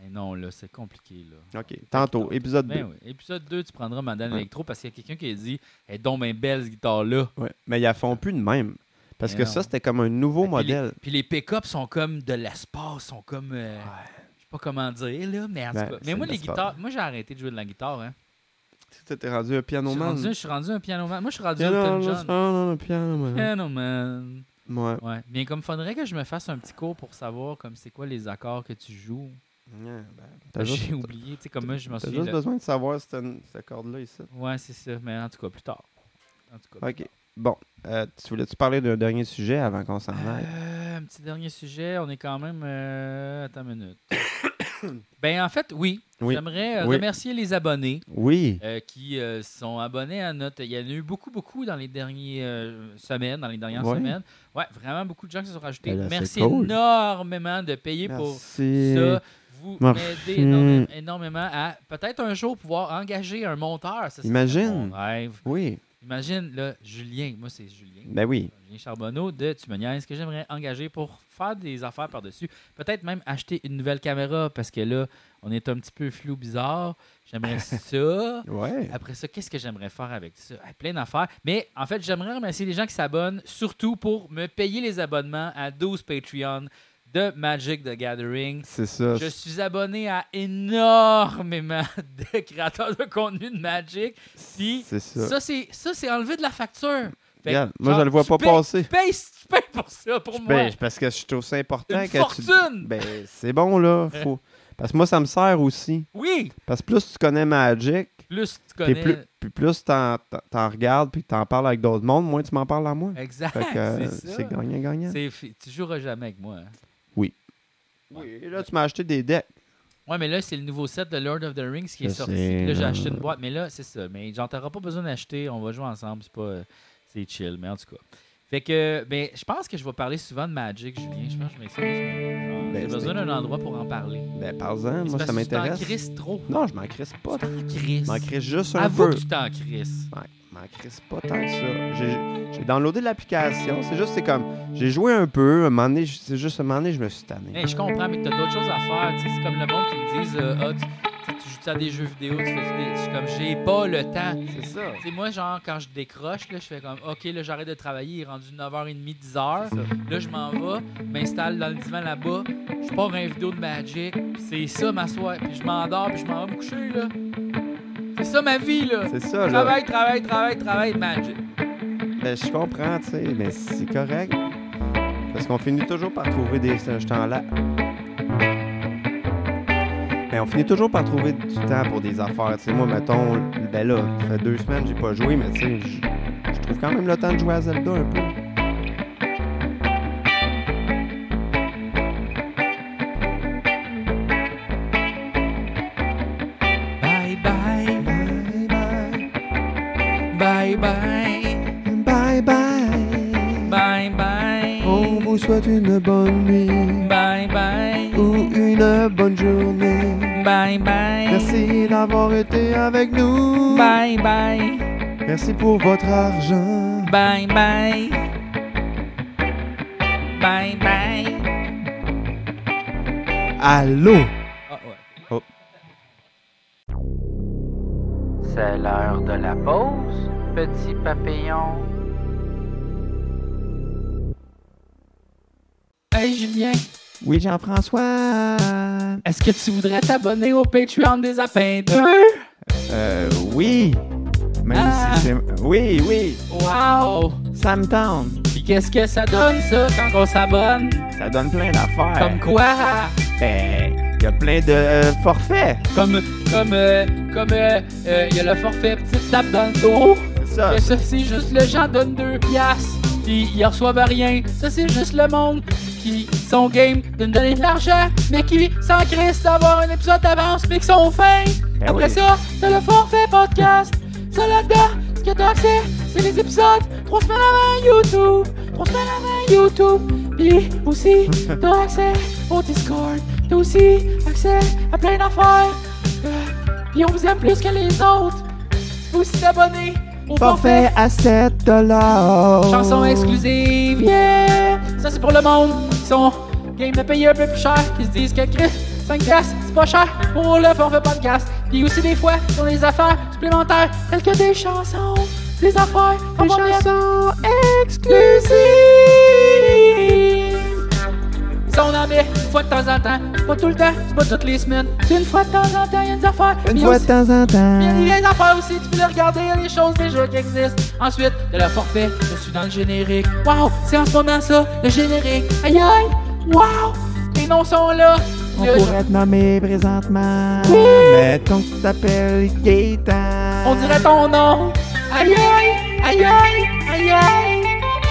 Mais non, là, c'est compliqué, là.
OK. Tantôt, épisode 2.
Ben oui. Épisode 2, tu prendras ma Dan
Ouais.
électro parce qu'il y a quelqu'un qui a dit « Elle est donc bien belle, cette guitare-là.
Ouais. Mais ils la font plus de même. Parce
Mais
que
non.
ça, c'était comme un nouveau
Puis
modèle.
Puis les pick-up sont comme de l'espace, sont comme... euh, Je sais pas comment dire, là, mais en tout
Ah. Ben,
cas.
c'est
Mais moi,
de
les
l'espace.
guitares... Moi, j'ai arrêté de jouer de la guitare, hein.
Tu t'es rendu un
Je
piano
suis
man. ah,
rendu- je suis rendu un piano man. Moi, je suis rendu un
Piano
Elton Euh.
man,
John.
oh, non, non, piano man.
Piano man.
Ouais.
Ouais. Bien comme faudrait que je me fasse un petit cours pour savoir comme c'est quoi les accords que tu joues.
Ouais, ben,
J'ai
T'as juste,
oublié, tu sais, comme moi, je m'en
t'as
suis.
juste besoin de savoir cette, cette corde-là ici.
Ouais, c'est ça. Mais en tout cas, plus tard. En tout cas.
OK. Bon. Euh, tu voulais-tu parler d'un dernier sujet avant qu'on s'en aille?
Euh, un petit dernier sujet. On est quand même. euh, Attends une minute. [coughs] ben, en fait, oui.
Oui.
J'aimerais euh,
Oui.
remercier les abonnés
Oui.
euh, qui euh, sont abonnés à notre. Il y en a eu beaucoup, beaucoup dans les dernières euh, semaines, dans les dernières
Ouais.
semaines. Ouais, vraiment beaucoup de gens qui se sont rajoutés.
Ben là, c'est
Merci
cool.
énormément de payer pour
Merci.
ça. Vous
Merci.
m'aidez énorme- énormément à peut-être un jour pouvoir engager un monteur. Ça, c'est
Imagine.
mon rêve.
Oui.
Imagine, là, Julien. Moi, c'est Julien.
Ben oui.
Julien Charbonneau de Tu me niaises, que j'aimerais engager pour faire des affaires par-dessus. Peut-être même acheter une nouvelle caméra parce que là, on est un petit peu flou, bizarre. J'aimerais ça.
Ouais.
Après ça, qu'est-ce que j'aimerais faire avec ça? Ah, plein d'affaires. Mais en fait, j'aimerais remercier les gens qui s'abonnent, surtout pour me payer les abonnements à 12 Patreon de Magic the Gathering.
C'est ça.
Je suis abonné à énormément [laughs] de créateurs de contenu de Magic. Puis
C'est ça.
ça, c'est ça, c'est enlevé de la facture. Fait que,
Regarde, moi,
genre,
je le vois
tu
pas
payes-
passer.
Tu payes, tu payes pour ça, pour moi.
Ben, parce que je trouve ça important
Une
que
fortune!
tu. Ben, c'est bon, là. Faut... Parce que moi, ça me sert aussi.
Oui,
Parce que plus tu connais Magic,
plus tu
t'es
connais.
plus, puis plus t'en, t'en- t'en regardes puis que t'en parles avec d'autres mondes, moins tu m'en parles à moi.
Exact,
Fait que, euh,
c'est ça.
c'est gagnant-gagnant.
C'est fi- Tu joueras jamais avec moi. hein.
Oui, et là, tu m'as acheté des decks.
Ouais, mais là, c'est le nouveau set de Lord of the Rings qui est
Je
sorti.
sais,
Puis Là, j'ai
là.
acheté une boîte. Mais là, c'est ça. Mais j'en t'auras pas besoin d'acheter. On va jouer ensemble. C'est pas. euh, C'est chill, mais en tout cas. Fait que, ben, je pense que je vais parler souvent de Magic, Julien. Je pense que je m'excuse. mais genre,
Ben,
J'ai
c'est-
besoin d'un endroit pour en parler.
Ben, parle-en,
C'est
moi,
parce
ça
que tu t'en
m'intéresse.
crisses trop.
Non, je m'en crisse pas.
Tu
Je
t'en crisses.
m'en crisse juste un
Avoue
peu.
que tu t'en crisses.
Ouais, Je m'en crisse pas tant que ça. J'ai, j'ai downloadé l'application. C'est juste, c'est comme, j'ai joué un peu. Un moment donné, je- c'est juste, un moment donné, je me suis tanné.
Hey, je comprends, mais t'as d'autres choses à faire. Tu sais, C'est comme le monde qui me disent euh, Ah, tu, tu- tu joues à des jeux vidéo, tu fais des. Je suis comme j'ai pas le temps.
C'est ça.
Tu sais, moi, genre, quand je décroche, là, je fais comme OK, là, j'arrête de travailler, il est rendu 9h30, 10h.
C'est ça.
Là, je m'en vais, je m'installe dans le divan là-bas, je pars un vidéo de Magic, puis c'est ça ma soirée, puis je m'endors, puis je m'en vais me coucher, là. C'est ça ma vie, là.
C'est ça, là.
Travail, travail, travail, travail, Magic.
Ben, je comprends, tu sais, mais c'est correct. Parce qu'on finit toujours par trouver des. Je t'en là. Ben, on finit toujours par trouver du temps pour des affaires. Tu sais, moi, mettons, ben là, ça fait deux semaines j'ai pas joué, mais tu sais, je je trouve quand même le temps de jouer à Zelda un peu.
Bye bye, bye
Bye bye,
bye,
bye bye.
bye bye.
On vous souhaite une bonne nuit
Bye bye,
ou une bonne journée.
bye bye.
Merci d'avoir été avec nous.
Bye bye,
Merci pour votre argent.
bye bye. Bye bye.
Allô?
Ah ouais.
Oh. C'est l'heure de la pause, petit papillon.
Hey Julien,
Oui, Jean-François.
est-ce que tu voudrais t'abonner au Patreon des Apins 2?
Euh, oui. Même
Ah.
si c'est. Oui, oui.
Wow!
Ça me tente.
Puis qu'est-ce que ça donne ça quand on s'abonne?
Ça donne plein d'affaires.
Comme quoi?
Ben, il y a plein de euh, forfaits.
Comme, comme, euh, comme, euh, euh, y a le forfait petite tape dans le dos.
C'est ça.
Que ça, c'est juste le gens donnent deux piastres, puis ils reçoivent rien. Ça, c'est juste le monde qui sont game de nous donner de l'argent, mais qui s'en crissent d'avoir un épisode d'avance, mais qui sont fins.
Ben
Après
oui.
ça, t'as le forfait podcast. Ça, là-dedans, ce que t'as accès, c'est les épisodes trois semaines avant YouTube. Trois semaines avant YouTube. Puis aussi, t'as accès au Discord. T'as aussi accès à plein d'affaires. Euh, Puis on vous aime plus que les autres. Vous aussi t'abonner au forfait.
Forfait à 7 dollars.
Chanson exclusive, yeah! Ça, c'est pour le monde qui sont game de payer un peu plus cher, qui se disent que Chris, 5 piastres, c'est pas cher pour le forfait podcast. Puis aussi, des fois, sur des affaires supplémentaires, telles que des chansons, des affaires, des chansons exclusives. Ça, on en met une fois de temps en temps. C'est pas tout le temps, c'est pas toutes les semaines. C'est une fois de temps en temps, il y a des affaires.
Une
Puis
fois de
aussi-
temps en
puis
temps.
Il y a des affaires aussi, tu peux les regarder, il y a des choses déjà qui existent. Ensuite, de la forfait, je suis dans le générique. Waouh, c'est en ce moment ça, le générique. Aïe aïe, waouh, les noms sont là.
On
Le-
pourrait te nommer présentement. Mettons que tu t'appelles Gaëtan.
On dirait ton nom. Aïe aïe, aïe aïe, aïe aïe.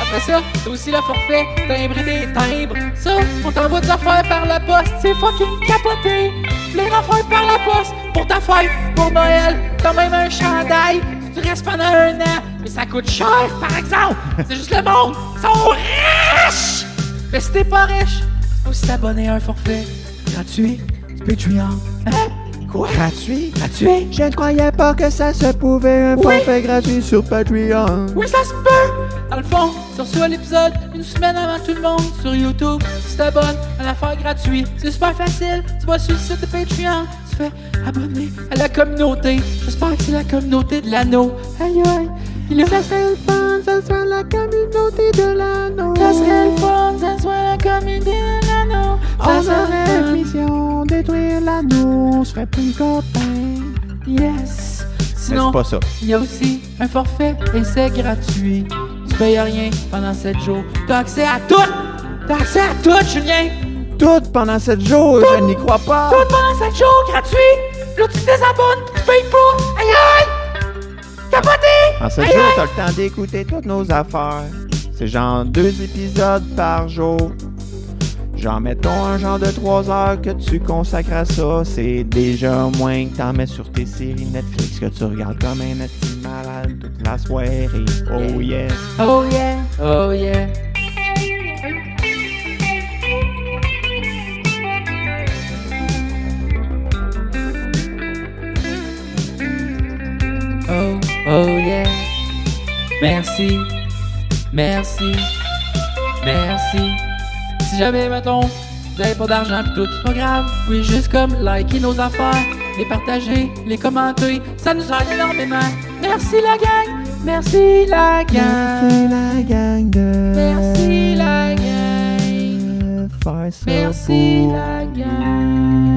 Après ça, t'as aussi le forfait, timbrer des timbres. Ça, on t'envoie des affaires par la poste, c'est fucking capoté. Les affaires par la poste, pour ta fête, pour Noël, t'as même un chandail. Tu restes pendant un an, mais ça coûte cher, par exemple. C'est juste le monde, ils sont riches. Mais si t'es pas riche, tu peux aussi t'abonner à un forfait gratuit, Patreon. Hein? Quoi?
Gratuit?
Gratuit?
Je ne croyais pas que ça se pouvait un forfait gratuit sur Patreon.
Oui, ça se peut! Dans le fond, tu reçois l'épisode une semaine avant tout le monde sur YouTube. Tu t'abonnes à l'affaire gratuite. C'est super facile. Tu vas sur le site de Patreon. Tu fais abonner à la communauté. J'espère que c'est la communauté de l'anneau. Aïe aïe! Puis là, ça serait le fun, ça serait la communauté de l'anneau. Ça serait le fun, ça serait la communauté de l'anneau. Ça
On
serait
aurait
le fun.
mission détruire l'anneau, on serait plus copains.
Yes!
Mais
Sinon,
c'est pas ça.
Il y a aussi un forfait et c'est gratuit. Tu payes rien pendant 7 jours. T'as accès à tout! T'as accès à tout, Julien!
Tout pendant 7 jours, je n'y crois pas.
Tout pendant 7 jours, gratuit! Là, tu te désabonnes, tu payes pas! Aïe aïe! Capoté!
En 7
Aïe,
jours,
aïe!
t'as le temps d'écouter toutes nos affaires. C'est genre deux épisodes par jour. Genre, mettons un genre de 3 heures que tu consacres à ça. C'est déjà moins que t'en mets sur tes séries Netflix que tu regardes comme un petit malade toute la soirée. Oh yeah.
Oh yeah! Oh yeah! Oh, oh yeah! Merci, merci, merci. Si jamais, mettons, vous avez pas d'argent pis tout, c'est pas grave. Oui, juste comme liker nos affaires, les partager, les commenter, ça nous aide énormément. Merci la gang, merci la gang,
Merci la gang de
merci la gang,
faire ça
merci
pour
la gang.